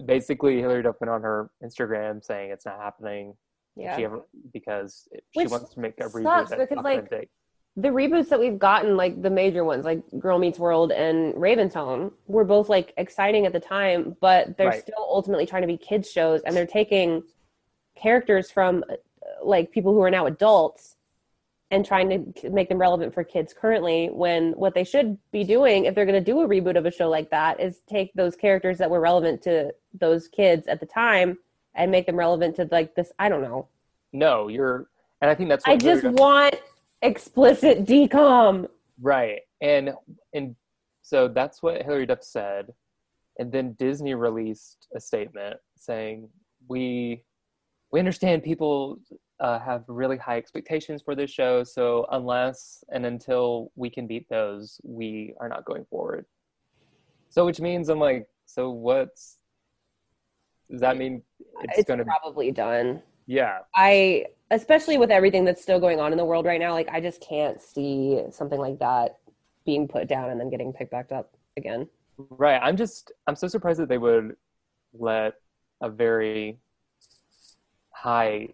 [SPEAKER 3] basically hillary duff went on her instagram saying it's not happening
[SPEAKER 2] Yeah.
[SPEAKER 3] she ever, because it, she
[SPEAKER 2] Which
[SPEAKER 3] wants to make a reboot
[SPEAKER 2] sucks
[SPEAKER 3] that's
[SPEAKER 2] because, like,
[SPEAKER 3] authentic.
[SPEAKER 2] the reboots that we've gotten, like the major ones, like Girl Meets World and Raven's Home, were both like exciting at the time, but they're
[SPEAKER 3] Right.
[SPEAKER 2] still ultimately trying to be kids shows, and they're taking characters from uh, like people who are now adults and trying to k- make them relevant for kids currently. When what they should be doing, if they're going to do a reboot of a show like that, is take those characters that were relevant to those kids at the time and make them relevant to like this. I don't know.
[SPEAKER 3] no you're and i think that's what
[SPEAKER 2] I
[SPEAKER 3] Hillary
[SPEAKER 2] just
[SPEAKER 3] Duff-
[SPEAKER 2] want explicit decom.
[SPEAKER 3] Right. And and so that's what Hillary Duff said. And then Disney released a statement saying, "We we understand people uh, have really high expectations for this show, so unless and until we can beat those, we are not going forward." So which means I'm like, so what's does that mean it's,
[SPEAKER 2] it's,
[SPEAKER 3] gonna
[SPEAKER 2] probably done.
[SPEAKER 3] yeah.
[SPEAKER 2] I especially with everything that's still going on in the world right now, like I just can't see something like that being put down and then getting picked back up again.
[SPEAKER 3] Right. I'm just I'm so surprised that they would let a very high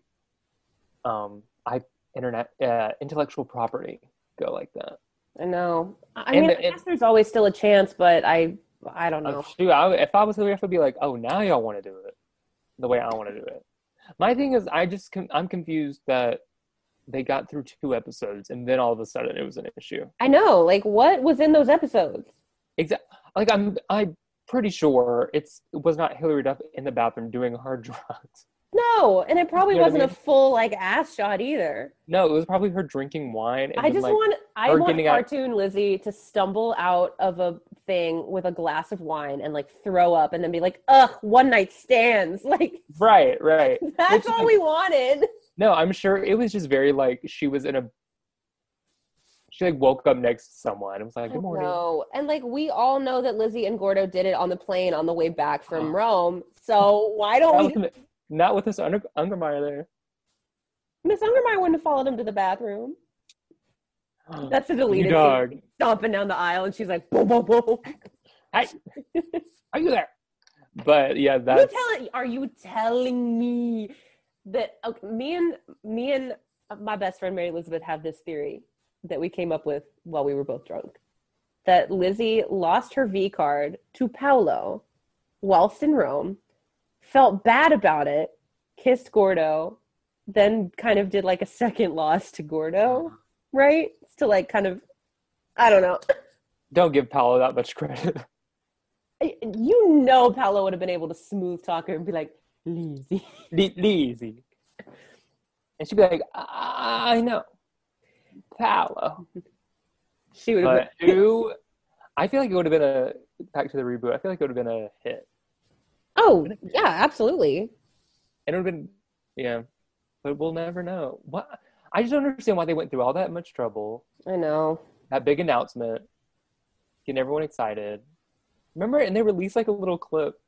[SPEAKER 3] um I internet uh, intellectual property go like that.
[SPEAKER 2] I know. I I
[SPEAKER 3] And
[SPEAKER 2] mean,
[SPEAKER 3] the-
[SPEAKER 2] I guess there's always still a chance, but I I don't know.
[SPEAKER 3] Oh, shoot, I, would- if I was Hillary, I would be like, "Oh, now y'all want to do it the way I want to do it." My thing is, I just con- I'm confused that they got through two episodes and then all of a sudden it was an issue.
[SPEAKER 2] I know. Like what was in those episodes?
[SPEAKER 3] Like I'm I'm pretty sure it's it was not Hillary Duff in the bathroom doing hard drugs.
[SPEAKER 2] No, and it probably
[SPEAKER 3] You know what I
[SPEAKER 2] wasn't
[SPEAKER 3] mean?
[SPEAKER 2] a full like ass shot either.
[SPEAKER 3] No, it was probably her drinking wine. And
[SPEAKER 2] I
[SPEAKER 3] then,
[SPEAKER 2] just
[SPEAKER 3] like,
[SPEAKER 2] want I
[SPEAKER 3] her
[SPEAKER 2] want
[SPEAKER 3] getting out-
[SPEAKER 2] cartoon Lizzie to stumble out of a thing with a glass of wine and like throw up and then be like, "Ugh, one night stands." Like
[SPEAKER 3] Right, right.
[SPEAKER 2] That's
[SPEAKER 3] Which,
[SPEAKER 2] all
[SPEAKER 3] like-
[SPEAKER 2] we wanted.
[SPEAKER 3] No, I'm sure it was just very like she was in a She like woke up next to someone and was like, "Good morning."
[SPEAKER 2] No, and like we all know that Lizzie and Gordo did it on the plane on the way back from Rome. So why don't
[SPEAKER 3] Not
[SPEAKER 2] we?
[SPEAKER 3] with, the- not with this under, Ungermeyer there.
[SPEAKER 2] Miss Ungermeyer wouldn't have followed him to the bathroom. That's the deleted. scene.
[SPEAKER 3] Dog,
[SPEAKER 2] Stomping down the aisle, and she's like, "Boom, boom, boom."
[SPEAKER 3] are you there? But yeah,
[SPEAKER 2] You
[SPEAKER 3] that's
[SPEAKER 2] telling? Are you telling me that okay, me and me and my best friend Mary Elizabeth have this theory that we came up with while we were both drunk that Lizzie lost her V card to Paolo whilst in Rome, felt bad about it, kissed Gordo, then kind of did like a second loss to Gordo, right? To like kind of, I don't know.
[SPEAKER 3] don't give Paolo that much credit.
[SPEAKER 2] You know, Paolo would have been able to smooth talk her and be like, Lizzie.
[SPEAKER 3] Le- Lizzie. And she'd be like, I I know. Paolo.
[SPEAKER 2] She would have been
[SPEAKER 3] But who? I feel like it would have been a, back to the reboot, I feel like it would have been a hit.
[SPEAKER 2] Oh, yeah, absolutely.
[SPEAKER 3] And it would have been, yeah. But we'll never know. What? I just don't understand why they went through all that much trouble.
[SPEAKER 2] I know.
[SPEAKER 3] That big announcement, getting everyone excited. Remember? And they released like a little clip,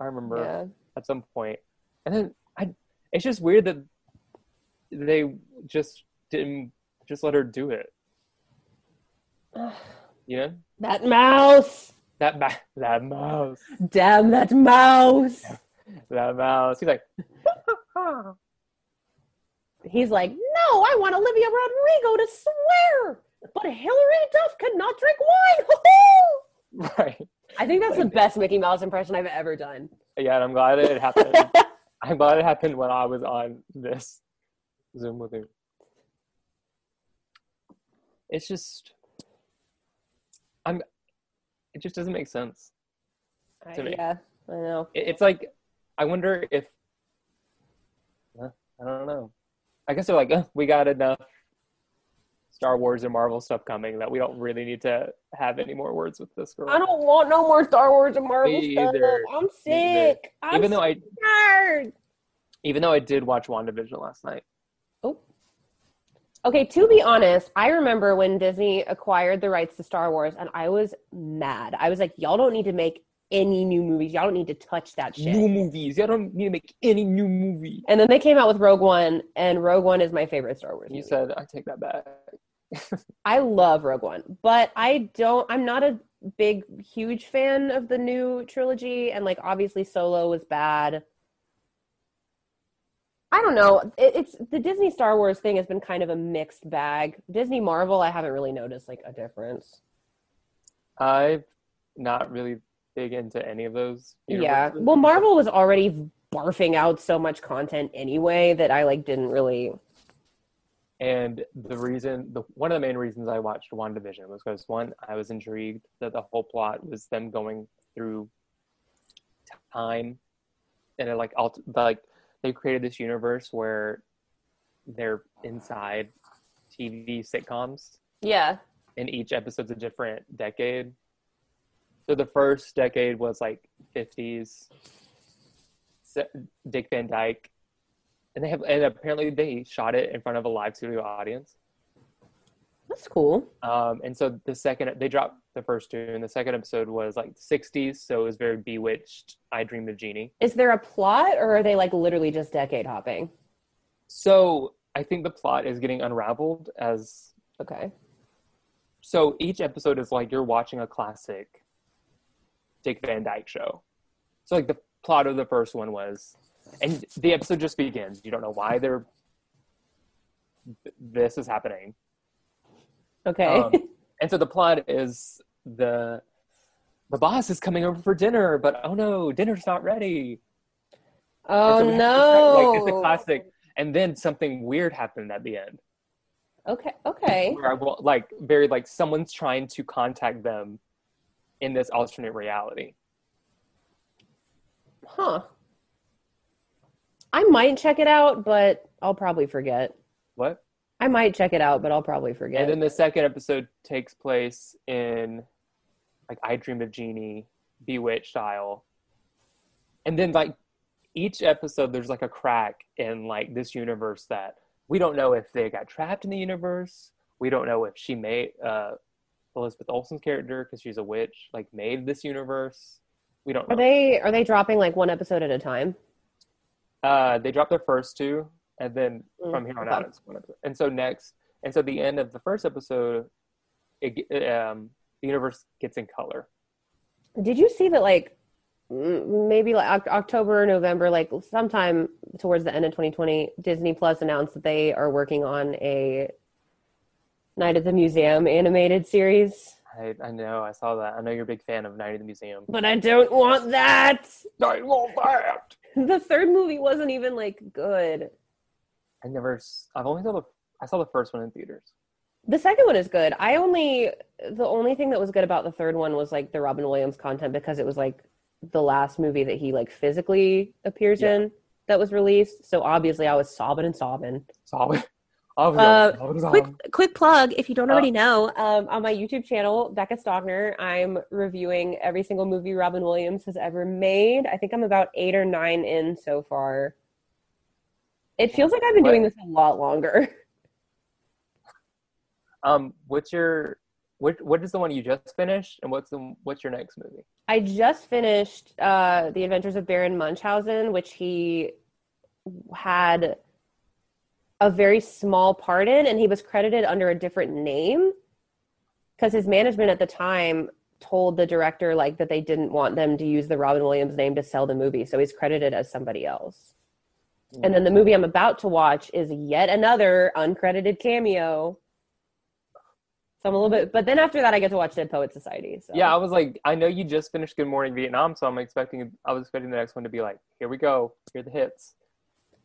[SPEAKER 3] I remember.
[SPEAKER 2] Yeah.
[SPEAKER 3] at some point. And then I, it's just weird that they just didn't just let her do it. You know
[SPEAKER 2] That mouse.
[SPEAKER 3] that ma- that mouse,
[SPEAKER 2] Damn that mouse.
[SPEAKER 3] that mouse. He's like,
[SPEAKER 2] He's like, no, I want Olivia Rodrigo to swear, but Hillary Duff cannot drink wine.
[SPEAKER 3] right,
[SPEAKER 2] I think that's the best Mickey Mouse impression I've ever done.
[SPEAKER 3] yeah. And I'm glad it happened. I'm glad it happened when I was on this Zoom with you. It's just, I'm. It just doesn't make sense. To me.
[SPEAKER 2] yeah, I know.
[SPEAKER 3] it- it's like I wonder if Huh, I don't know. I guess they're like, "Uh, we got enough Star Wars and Marvel stuff coming that we don't really need to have any more words with this girl.
[SPEAKER 2] I don't want no more Star Wars and Marvel
[SPEAKER 3] Me
[SPEAKER 2] stuff.
[SPEAKER 3] either.
[SPEAKER 2] I'm sick.
[SPEAKER 3] either.
[SPEAKER 2] I'm
[SPEAKER 3] even though I
[SPEAKER 2] scared.
[SPEAKER 3] even though I did watch WandaVision last night.
[SPEAKER 2] Okay, to be honest, I remember when Disney acquired the rights to Star Wars, and I was mad. I was like, y'all don't need to make any new movies. Y'all don't need to touch that shit.
[SPEAKER 3] New movies. You don't need to make any new movie.
[SPEAKER 2] And then they came out with Rogue One, and Rogue One is my favorite Star Wars.
[SPEAKER 3] You
[SPEAKER 2] movie.
[SPEAKER 3] said I take that back.
[SPEAKER 2] I love Rogue One, but I don't. I'm not a big, huge fan of the new trilogy, and like obviously Solo was bad. I don't know. It, it's the Disney Star Wars thing has been kind of a mixed bag. Disney Marvel, I haven't really noticed like a difference.
[SPEAKER 3] I'm not really big into any of those.
[SPEAKER 2] Yeah.
[SPEAKER 3] universes.
[SPEAKER 2] Well, Marvel was already barfing out so much content anyway that I like didn't really.
[SPEAKER 3] And the reason, the one of the main reasons I watched WandaVision was because one, I was intrigued that the whole plot was them going through time, and it like all like they created this universe where they're inside TV sitcoms,
[SPEAKER 2] Yeah.
[SPEAKER 3] and each episode's a different decade. So the first decade was like 50s, Se- Dick Van Dyke, and they have and apparently they shot it in front of a live studio audience.
[SPEAKER 2] That's cool.
[SPEAKER 3] Um, and so the second they dropped the first two, and the second episode was like 60s, so it was very bewitched. I dream of Jeannie.
[SPEAKER 2] Is there a plot or are they like literally just decade hopping?
[SPEAKER 3] So I think the plot is getting unraveled as
[SPEAKER 2] Okay.
[SPEAKER 3] so each episode is like you're watching a classic Dick Van Dyke show. So like the plot of the first one was, and the episode just begins. You don't know why they're th- this is happening.
[SPEAKER 2] Okay.
[SPEAKER 3] Um, and so the plot is the the boss is coming over for dinner, but oh no, dinner's not ready.
[SPEAKER 2] oh
[SPEAKER 3] And so we have to try-
[SPEAKER 2] no.
[SPEAKER 3] Like, it's a classic. And then something weird happened at the end,
[SPEAKER 2] Okay. Okay.
[SPEAKER 3] where I wa- like very like someone's trying to contact them in this alternate reality.
[SPEAKER 2] Huh. I might check it out, but I'll probably forget.
[SPEAKER 3] What?
[SPEAKER 2] I might check it out, but I'll probably forget.
[SPEAKER 3] And then the second episode takes place in like I Dream of Jeannie, Bewitched style. And then like each episode there's like a crack in like this universe that we don't know if they got trapped in the universe we don't know if she made uh, Elizabeth Olsen's character because she's a witch, like made this universe. We don't know.
[SPEAKER 2] Are they are they dropping like one episode at a time?
[SPEAKER 3] Uh, they dropped their first two, and then
[SPEAKER 2] Mm,
[SPEAKER 3] from here on
[SPEAKER 2] okay.
[SPEAKER 3] out, it's one episode. And so next, and so the end of the first episode, it, ge- it, um, the universe gets in color.
[SPEAKER 2] Did you see that like m- maybe like Oc- October or November, like sometime towards the end of 2020, Disney Plus announced that they are working on a Night at the Museum animated series.
[SPEAKER 3] I, I know, I saw that. I know you're a big fan of Night at the Museum.
[SPEAKER 2] But I don't want that.
[SPEAKER 3] I love that.
[SPEAKER 2] The third movie wasn't even like good.
[SPEAKER 3] I never. s- I've only saw the. I saw the first one in theaters.
[SPEAKER 2] The second one is good. I only the only thing that was good about the third one was like the Robin Williams content because it was like the last movie that he like physically appears
[SPEAKER 3] Yeah.
[SPEAKER 2] in that was released. So obviously I was sobbing and sobbing.
[SPEAKER 3] Saw it. I was
[SPEAKER 2] Uh,
[SPEAKER 3] on- I was
[SPEAKER 2] quick
[SPEAKER 3] on.
[SPEAKER 2] quick plug if you don't
[SPEAKER 3] Uh,
[SPEAKER 2] already know um, on my youtube channel becca stockner i'm reviewing every single movie robin williams has ever made i think i'm about eight or nine in so far it feels like i've been
[SPEAKER 3] What?
[SPEAKER 2] doing this a lot longer
[SPEAKER 3] Um, what's your what what is the one you just finished, and what's the what's your next movie?
[SPEAKER 2] i just finished uh, the adventures of baron munchausen which he had a very small part in and he was credited under a different name because his management at the time told the director like that they didn't want them to use the robin williams name to sell the movie so he's credited as somebody else and then the movie i'm about to watch is yet another uncredited cameo so i'm a little bit but then after that i get to watch dead poet society so
[SPEAKER 3] Yeah, I was like, I know you just finished Good Morning Vietnam, so I'm expecting I was expecting the next one to be like, here we go, here are the hits.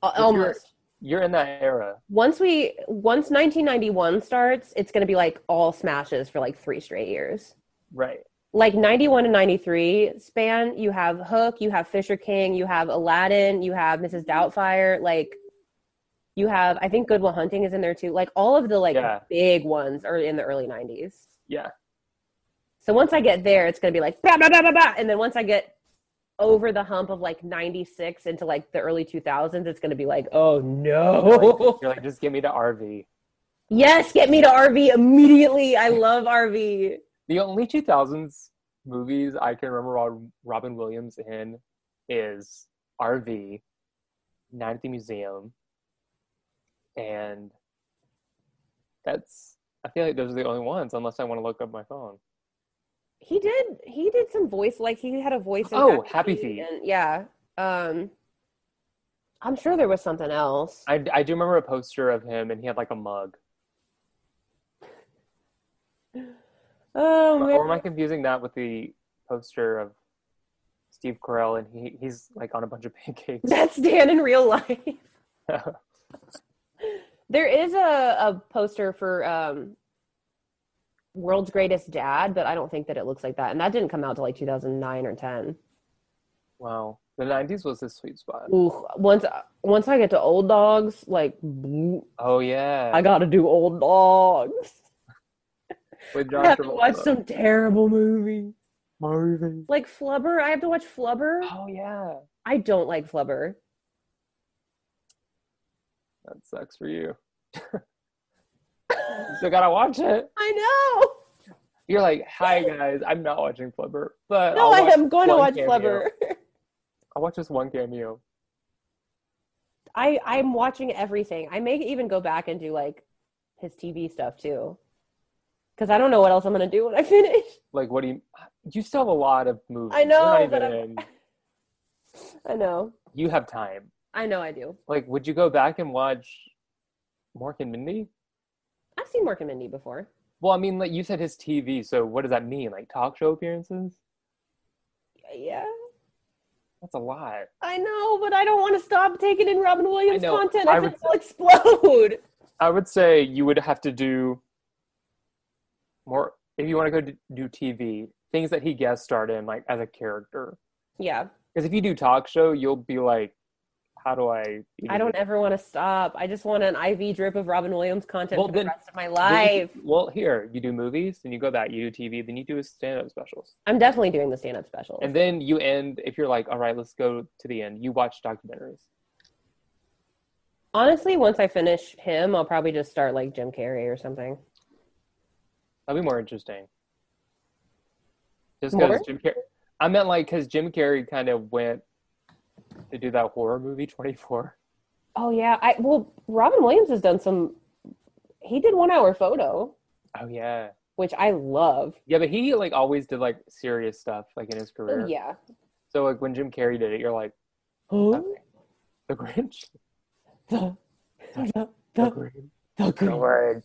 [SPEAKER 2] Al- almost
[SPEAKER 3] You're in that era.
[SPEAKER 2] once we once 1991 starts it's going to be like all smashes for like three straight years
[SPEAKER 3] Right.
[SPEAKER 2] like 91 and 93 span you have hook you have fisher king you have aladdin you have mrs doubtfire like you have i think goodwill hunting is in there too like all of the like
[SPEAKER 3] Yeah.
[SPEAKER 2] big ones are in the early 90s
[SPEAKER 3] Yeah.
[SPEAKER 2] so once i get there it's going to be like blah, blah, blah, blah, blah. and then once i get over the hump of like 96 into like the early 2000s it's going to be like oh no
[SPEAKER 3] You're like, just give me the RV.
[SPEAKER 2] Yes, get me to RV immediately. I love RV.
[SPEAKER 3] The only 2000s movies I can remember Rob- Robin Williams in is RV, Night at the Museum, and that's. I feel like those are the only ones, unless I want to look up my phone.
[SPEAKER 2] He did he did some voice like he had a voice in
[SPEAKER 3] Oh, Happy Feet.
[SPEAKER 2] and- yeah. Um I'm sure there was something else.
[SPEAKER 3] I, I do remember a poster of him, and he had like a mug.
[SPEAKER 2] oh man.
[SPEAKER 3] Or am I confusing that with the poster of Steve Carell and he, he's like on a bunch of pancakes?
[SPEAKER 2] That's Dan in real life. there is a, a poster for um World's Greatest Dad, but I don't think that it looks like that. And that didn't come out till like 2009 or 10.
[SPEAKER 3] wow. The 90s was his sweet spot.
[SPEAKER 2] Ooh, once once I get to old dogs, like
[SPEAKER 3] Oh, yeah.
[SPEAKER 2] I got to do old dogs.
[SPEAKER 3] With
[SPEAKER 2] I have
[SPEAKER 3] John
[SPEAKER 2] to watch
[SPEAKER 3] Travolta.
[SPEAKER 2] some terrible movies.
[SPEAKER 3] Marvin.
[SPEAKER 2] Like Flubber, I have to watch Flubber.
[SPEAKER 3] Oh, yeah.
[SPEAKER 2] I don't like Flubber.
[SPEAKER 3] That sucks for you. you still gotta watch it.
[SPEAKER 2] I know.
[SPEAKER 3] You're like, hi, guys. I'm not watching Flubber, but
[SPEAKER 2] No,
[SPEAKER 3] I'll
[SPEAKER 2] I
[SPEAKER 3] watch,
[SPEAKER 2] am going to
[SPEAKER 3] one
[SPEAKER 2] watch
[SPEAKER 3] cameo.
[SPEAKER 2] Flubber.
[SPEAKER 3] I'll watch this one cameo.
[SPEAKER 2] I I'm watching everything. I may even go back and do like his TV stuff too, because I don't know what else I'm gonna do when I finish.
[SPEAKER 3] Like, what do you. You still have a lot of movies.
[SPEAKER 2] I know,
[SPEAKER 3] You're not
[SPEAKER 2] but
[SPEAKER 3] even-
[SPEAKER 2] I know.
[SPEAKER 3] You have time.
[SPEAKER 2] I know I do.
[SPEAKER 3] Like, would you go back and watch Mork and Mindy?
[SPEAKER 2] I've seen Mark and Mindy before.
[SPEAKER 3] Well, I mean, like you said, his TV. So what does that mean? Like talk show appearances?
[SPEAKER 2] Yeah,
[SPEAKER 3] That's a lot.
[SPEAKER 2] I know, but I don't want to stop taking in Robin Williams
[SPEAKER 3] know.
[SPEAKER 2] content.
[SPEAKER 3] I
[SPEAKER 2] I, think
[SPEAKER 3] would-
[SPEAKER 2] I'll explode.
[SPEAKER 3] I would say you would have to do more if you want to go d- do TV things that he guest starred in, like as a character.
[SPEAKER 2] Yeah.
[SPEAKER 3] Because if you do talk show, you'll be like, how do I? be
[SPEAKER 2] I don't
[SPEAKER 3] here?
[SPEAKER 2] ever want to stop. I just want an IV drip of Robin Williams content
[SPEAKER 3] Well,
[SPEAKER 2] for
[SPEAKER 3] then-
[SPEAKER 2] the rest of my
[SPEAKER 3] Then you-
[SPEAKER 2] life.
[SPEAKER 3] Well, here you do movies, then you go that you do TV, then you do stand-up specials,
[SPEAKER 2] I'm definitely doing the stand up special.
[SPEAKER 3] and then you end. If you're like, all right, let's go to the end. You watch documentaries.
[SPEAKER 2] Honestly, once I finish him, I'll probably just start like Jim Carrey or something.
[SPEAKER 3] That'd be more interesting. Just
[SPEAKER 2] More?
[SPEAKER 3] because Jim Carrey. I meant like because Jim Carrey kind of went to do that horror movie 24.
[SPEAKER 2] Oh yeah, I well Robin Williams has done some. He did one hour photo,
[SPEAKER 3] Oh yeah,
[SPEAKER 2] which I love.
[SPEAKER 3] yeah, but he like always did like serious stuff like in his career.
[SPEAKER 2] Oh yeah.
[SPEAKER 3] So like when Jim Carrey did it, you're like Uh,
[SPEAKER 2] Who?
[SPEAKER 3] the Grinch.
[SPEAKER 2] The, the,
[SPEAKER 3] The
[SPEAKER 2] the,
[SPEAKER 3] Grinch.
[SPEAKER 2] the green.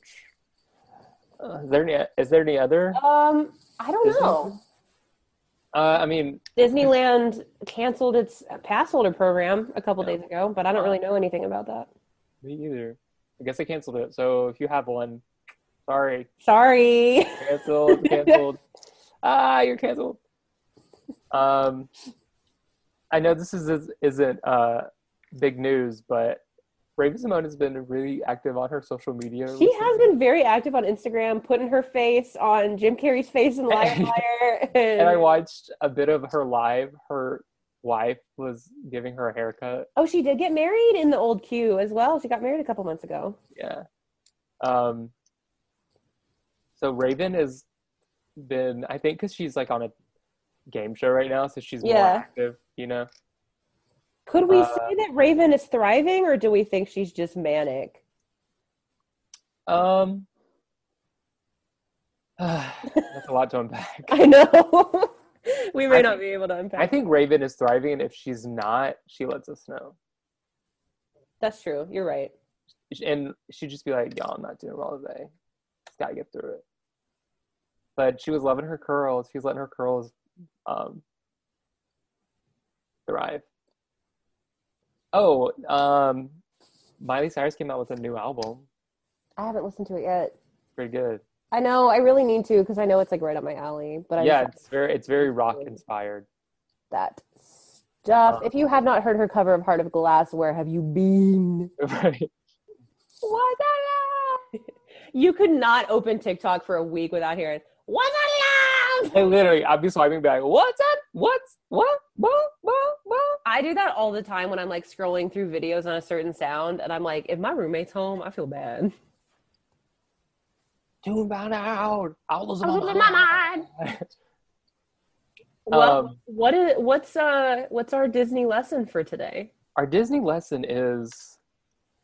[SPEAKER 3] Uh, is there any? Is there any other?
[SPEAKER 2] Um, I don't
[SPEAKER 3] Disney?
[SPEAKER 2] know.
[SPEAKER 3] Uh, I mean,
[SPEAKER 2] Disneyland canceled its pass holder program a couple days ago, but I don't really know anything about that.
[SPEAKER 3] me either. I guess they canceled it. So if you have one, sorry,
[SPEAKER 2] Sorry.
[SPEAKER 3] canceled, canceled. ah, you're canceled. Um, I know this is, is isn't uh big news, but Raven Simone has been really active on her social media.
[SPEAKER 2] She has been very active on Instagram, putting her face on Jim Carrey's face in Liar Liar. And,
[SPEAKER 3] And I watched a bit of her live. Her wife was giving her a haircut.
[SPEAKER 2] oh, she did get married in the old queue as well. She got married a couple months ago.
[SPEAKER 3] Yeah. Um. So Raven has been, I think, because she's like on a game show right now, so she's more
[SPEAKER 2] Yeah.
[SPEAKER 3] active. You know.
[SPEAKER 2] Could we
[SPEAKER 3] Uh,
[SPEAKER 2] say that Raven is thriving, or do we think she's just manic?
[SPEAKER 3] Um, that's a lot to unpack.
[SPEAKER 2] I know. we may
[SPEAKER 3] I
[SPEAKER 2] not
[SPEAKER 3] think-
[SPEAKER 2] be able to
[SPEAKER 3] I
[SPEAKER 2] unpack.
[SPEAKER 3] think Raven is thriving, and if she's not, she lets us know,
[SPEAKER 2] That's true. You're right.
[SPEAKER 3] and she'd just be like, "Y'all, I'm not doing well today. Just gotta get through it." But she was loving her curls. She's letting her curls um, thrive. Oh, um, Miley Cyrus came out with a new album.
[SPEAKER 2] I haven't listened to it yet.
[SPEAKER 3] Pretty good.
[SPEAKER 2] I know. I really need to because I know it's like right up my alley. But I
[SPEAKER 3] yeah,
[SPEAKER 2] just
[SPEAKER 3] it's very it's very rock inspired.
[SPEAKER 2] that stuff.
[SPEAKER 3] Um,
[SPEAKER 2] if you have not heard her cover of Heart of Glass, where have you been?
[SPEAKER 3] right.
[SPEAKER 2] Wazala! you could not open TikTok for a week without hearing Wazala!
[SPEAKER 3] I literally, I'd be swiping, be like, "What's up? What's what? What? What? What?"
[SPEAKER 2] I do that all the time when I'm like scrolling through videos on a certain sound, and I'm like, if my roommate's home, I feel bad.
[SPEAKER 3] Two about out. I was
[SPEAKER 2] Well,
[SPEAKER 3] Um,
[SPEAKER 2] what is what's uh what's our Disney lesson for today?
[SPEAKER 3] Our Disney lesson is,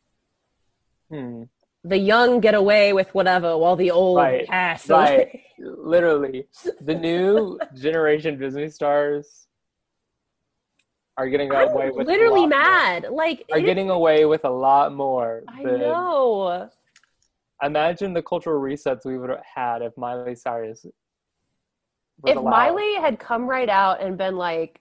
[SPEAKER 3] hmm,
[SPEAKER 2] The young get away with whatever, while the old
[SPEAKER 3] Right,
[SPEAKER 2] pass.
[SPEAKER 3] right. literally, the new generation Disney stars are getting
[SPEAKER 2] I'm
[SPEAKER 3] away with a
[SPEAKER 2] literally
[SPEAKER 3] lot more-
[SPEAKER 2] mad. Like
[SPEAKER 3] Are
[SPEAKER 2] it is-
[SPEAKER 3] getting away with a lot more.
[SPEAKER 2] I
[SPEAKER 3] than-
[SPEAKER 2] know.
[SPEAKER 3] Imagine the cultural resets we would have had if Miley Cyrus. was
[SPEAKER 2] If
[SPEAKER 3] allowed.
[SPEAKER 2] Miley had come right out and been like,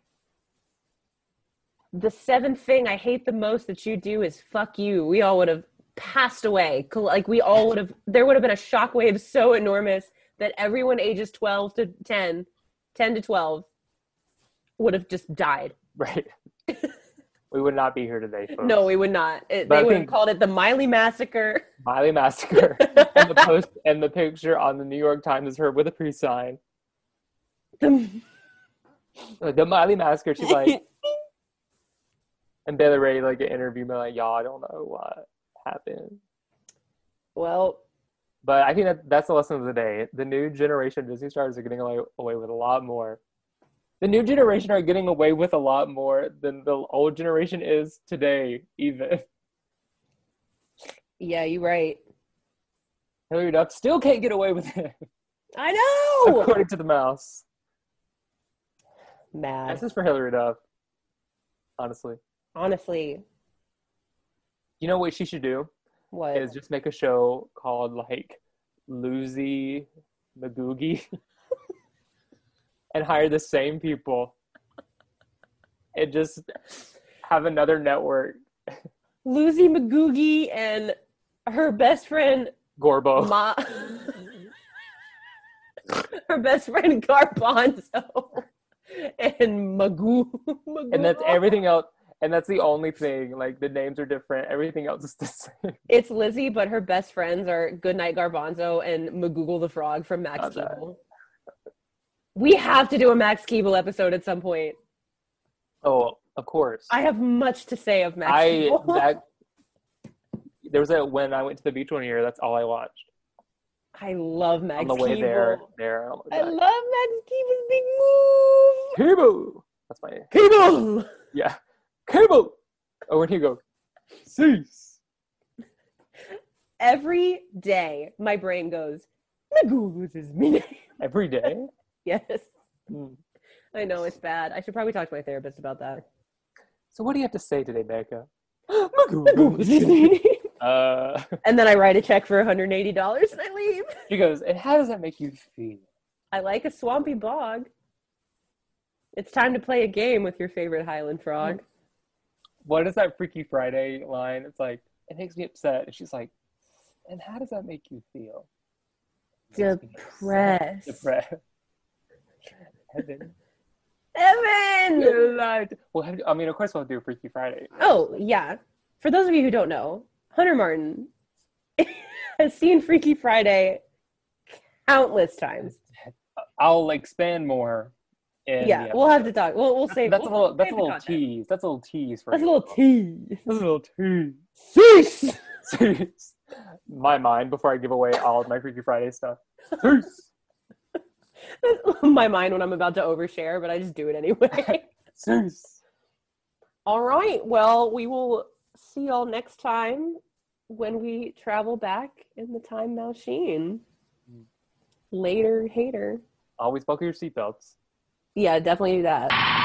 [SPEAKER 2] "The seventh thing I hate the most that you do is fuck you," we all would have passed away. Col- Like we all would have. There would have been a shockwave so enormous that everyone ages twelve to 10, 10 to twelve, would have just died.
[SPEAKER 3] Right. we would not be here today. Folks.
[SPEAKER 2] No, we would not. It,
[SPEAKER 3] But
[SPEAKER 2] they
[SPEAKER 3] I
[SPEAKER 2] would have
[SPEAKER 3] think-
[SPEAKER 2] called it the Miley massacre.
[SPEAKER 3] Miley massacre. and the post and the picture on the New York Times is her with a peace sign.
[SPEAKER 2] The-
[SPEAKER 3] Like, The Miley massacre. She's like, and Bailey Ray like an interview, me like, y'all, I don't know what happened.
[SPEAKER 2] well,
[SPEAKER 3] But I think that that's the lesson of the day. The new generation of Disney stars are getting away, away with a lot more. The new generation are getting away with a lot more than the old generation is today. Even
[SPEAKER 2] yeah, you're right.
[SPEAKER 3] Hillary Duff still can't get away with it,
[SPEAKER 2] I know.
[SPEAKER 3] according to the mouse.
[SPEAKER 2] Mad.
[SPEAKER 3] This is for Hillary Duff. Honestly,
[SPEAKER 2] Honestly,
[SPEAKER 3] you know what she should do
[SPEAKER 2] what?
[SPEAKER 3] is just make a show called like Lucy Magoogie, and hire the same people, and just have another network.
[SPEAKER 2] Lucy McGoogie and her best friend
[SPEAKER 3] Gorbo.
[SPEAKER 2] Ma her best friend Garbanzo and Magoo. Magoo.
[SPEAKER 3] and that's everything else. And that's the only thing. Like the names are different. Everything else is the same.
[SPEAKER 2] It's Lizzie, but her best friends are Goodnight Garbanzo and Magoogle the Frog from Max
[SPEAKER 3] Love that.
[SPEAKER 2] Keeble. We have to do a Max Keeble episode at some point.
[SPEAKER 3] Oh, of course.
[SPEAKER 2] I have much to say of Max
[SPEAKER 3] I
[SPEAKER 2] Keeble.
[SPEAKER 3] that there was a when I went to the beach one year. That's all I watched.
[SPEAKER 2] I love Max
[SPEAKER 3] on the way
[SPEAKER 2] Keeble.
[SPEAKER 3] there, there. and on the
[SPEAKER 2] I
[SPEAKER 3] way
[SPEAKER 2] love Max Keeble's big move.
[SPEAKER 3] back. Cable. That's my
[SPEAKER 2] Keeble.
[SPEAKER 3] yeah. Cable. Oh, and he go. Cease.
[SPEAKER 2] Every day, my brain goes, Magoo loses me.
[SPEAKER 3] Every day.
[SPEAKER 2] yes,
[SPEAKER 3] Hmm.
[SPEAKER 2] I know it's bad. I should probably talk to my therapist about that.
[SPEAKER 3] So what do you have to say today, Becca?
[SPEAKER 2] Magoo loses me.
[SPEAKER 3] uh,
[SPEAKER 2] and then I write a check for $180 and I leave.
[SPEAKER 3] she goes. And how does that make you feel?
[SPEAKER 2] I like a swampy bog. It's time to play a game with your favorite Highland frog.
[SPEAKER 3] What is that Freaky Friday line? It's like it makes me upset. And she's like, and how does that make you feel?
[SPEAKER 2] Depressed.
[SPEAKER 3] Depressed. Heaven.
[SPEAKER 2] Evan!
[SPEAKER 3] Delight. Well, have, I mean, of course, we'll do Freaky Friday.
[SPEAKER 2] Oh, yeah. For those of you who don't know, Hunter Martin has seen Freaky Friday countless times.
[SPEAKER 3] I'll expand more. In
[SPEAKER 2] yeah,
[SPEAKER 3] the
[SPEAKER 2] we'll have to talk. We'll, we'll
[SPEAKER 3] episode.
[SPEAKER 2] save
[SPEAKER 3] that's a
[SPEAKER 2] we'll
[SPEAKER 3] little. That's a
[SPEAKER 2] save the
[SPEAKER 3] little
[SPEAKER 2] content.
[SPEAKER 3] tease. That's a little tease for
[SPEAKER 2] That's a
[SPEAKER 3] you.
[SPEAKER 2] little tease.
[SPEAKER 3] That's a little tease.
[SPEAKER 2] Cease!
[SPEAKER 3] Cease. my mind before I give away all of my Freaky Friday stuff. Cease.
[SPEAKER 2] My mind when I'm about to overshare, but I just do it anyway.
[SPEAKER 3] Cease.
[SPEAKER 2] All right. Well, we will see y'all next time when we travel back in the time machine.
[SPEAKER 3] Mm.
[SPEAKER 2] Later, hater.
[SPEAKER 3] Always buckle your seatbelts.
[SPEAKER 2] Yeah, definitely do that.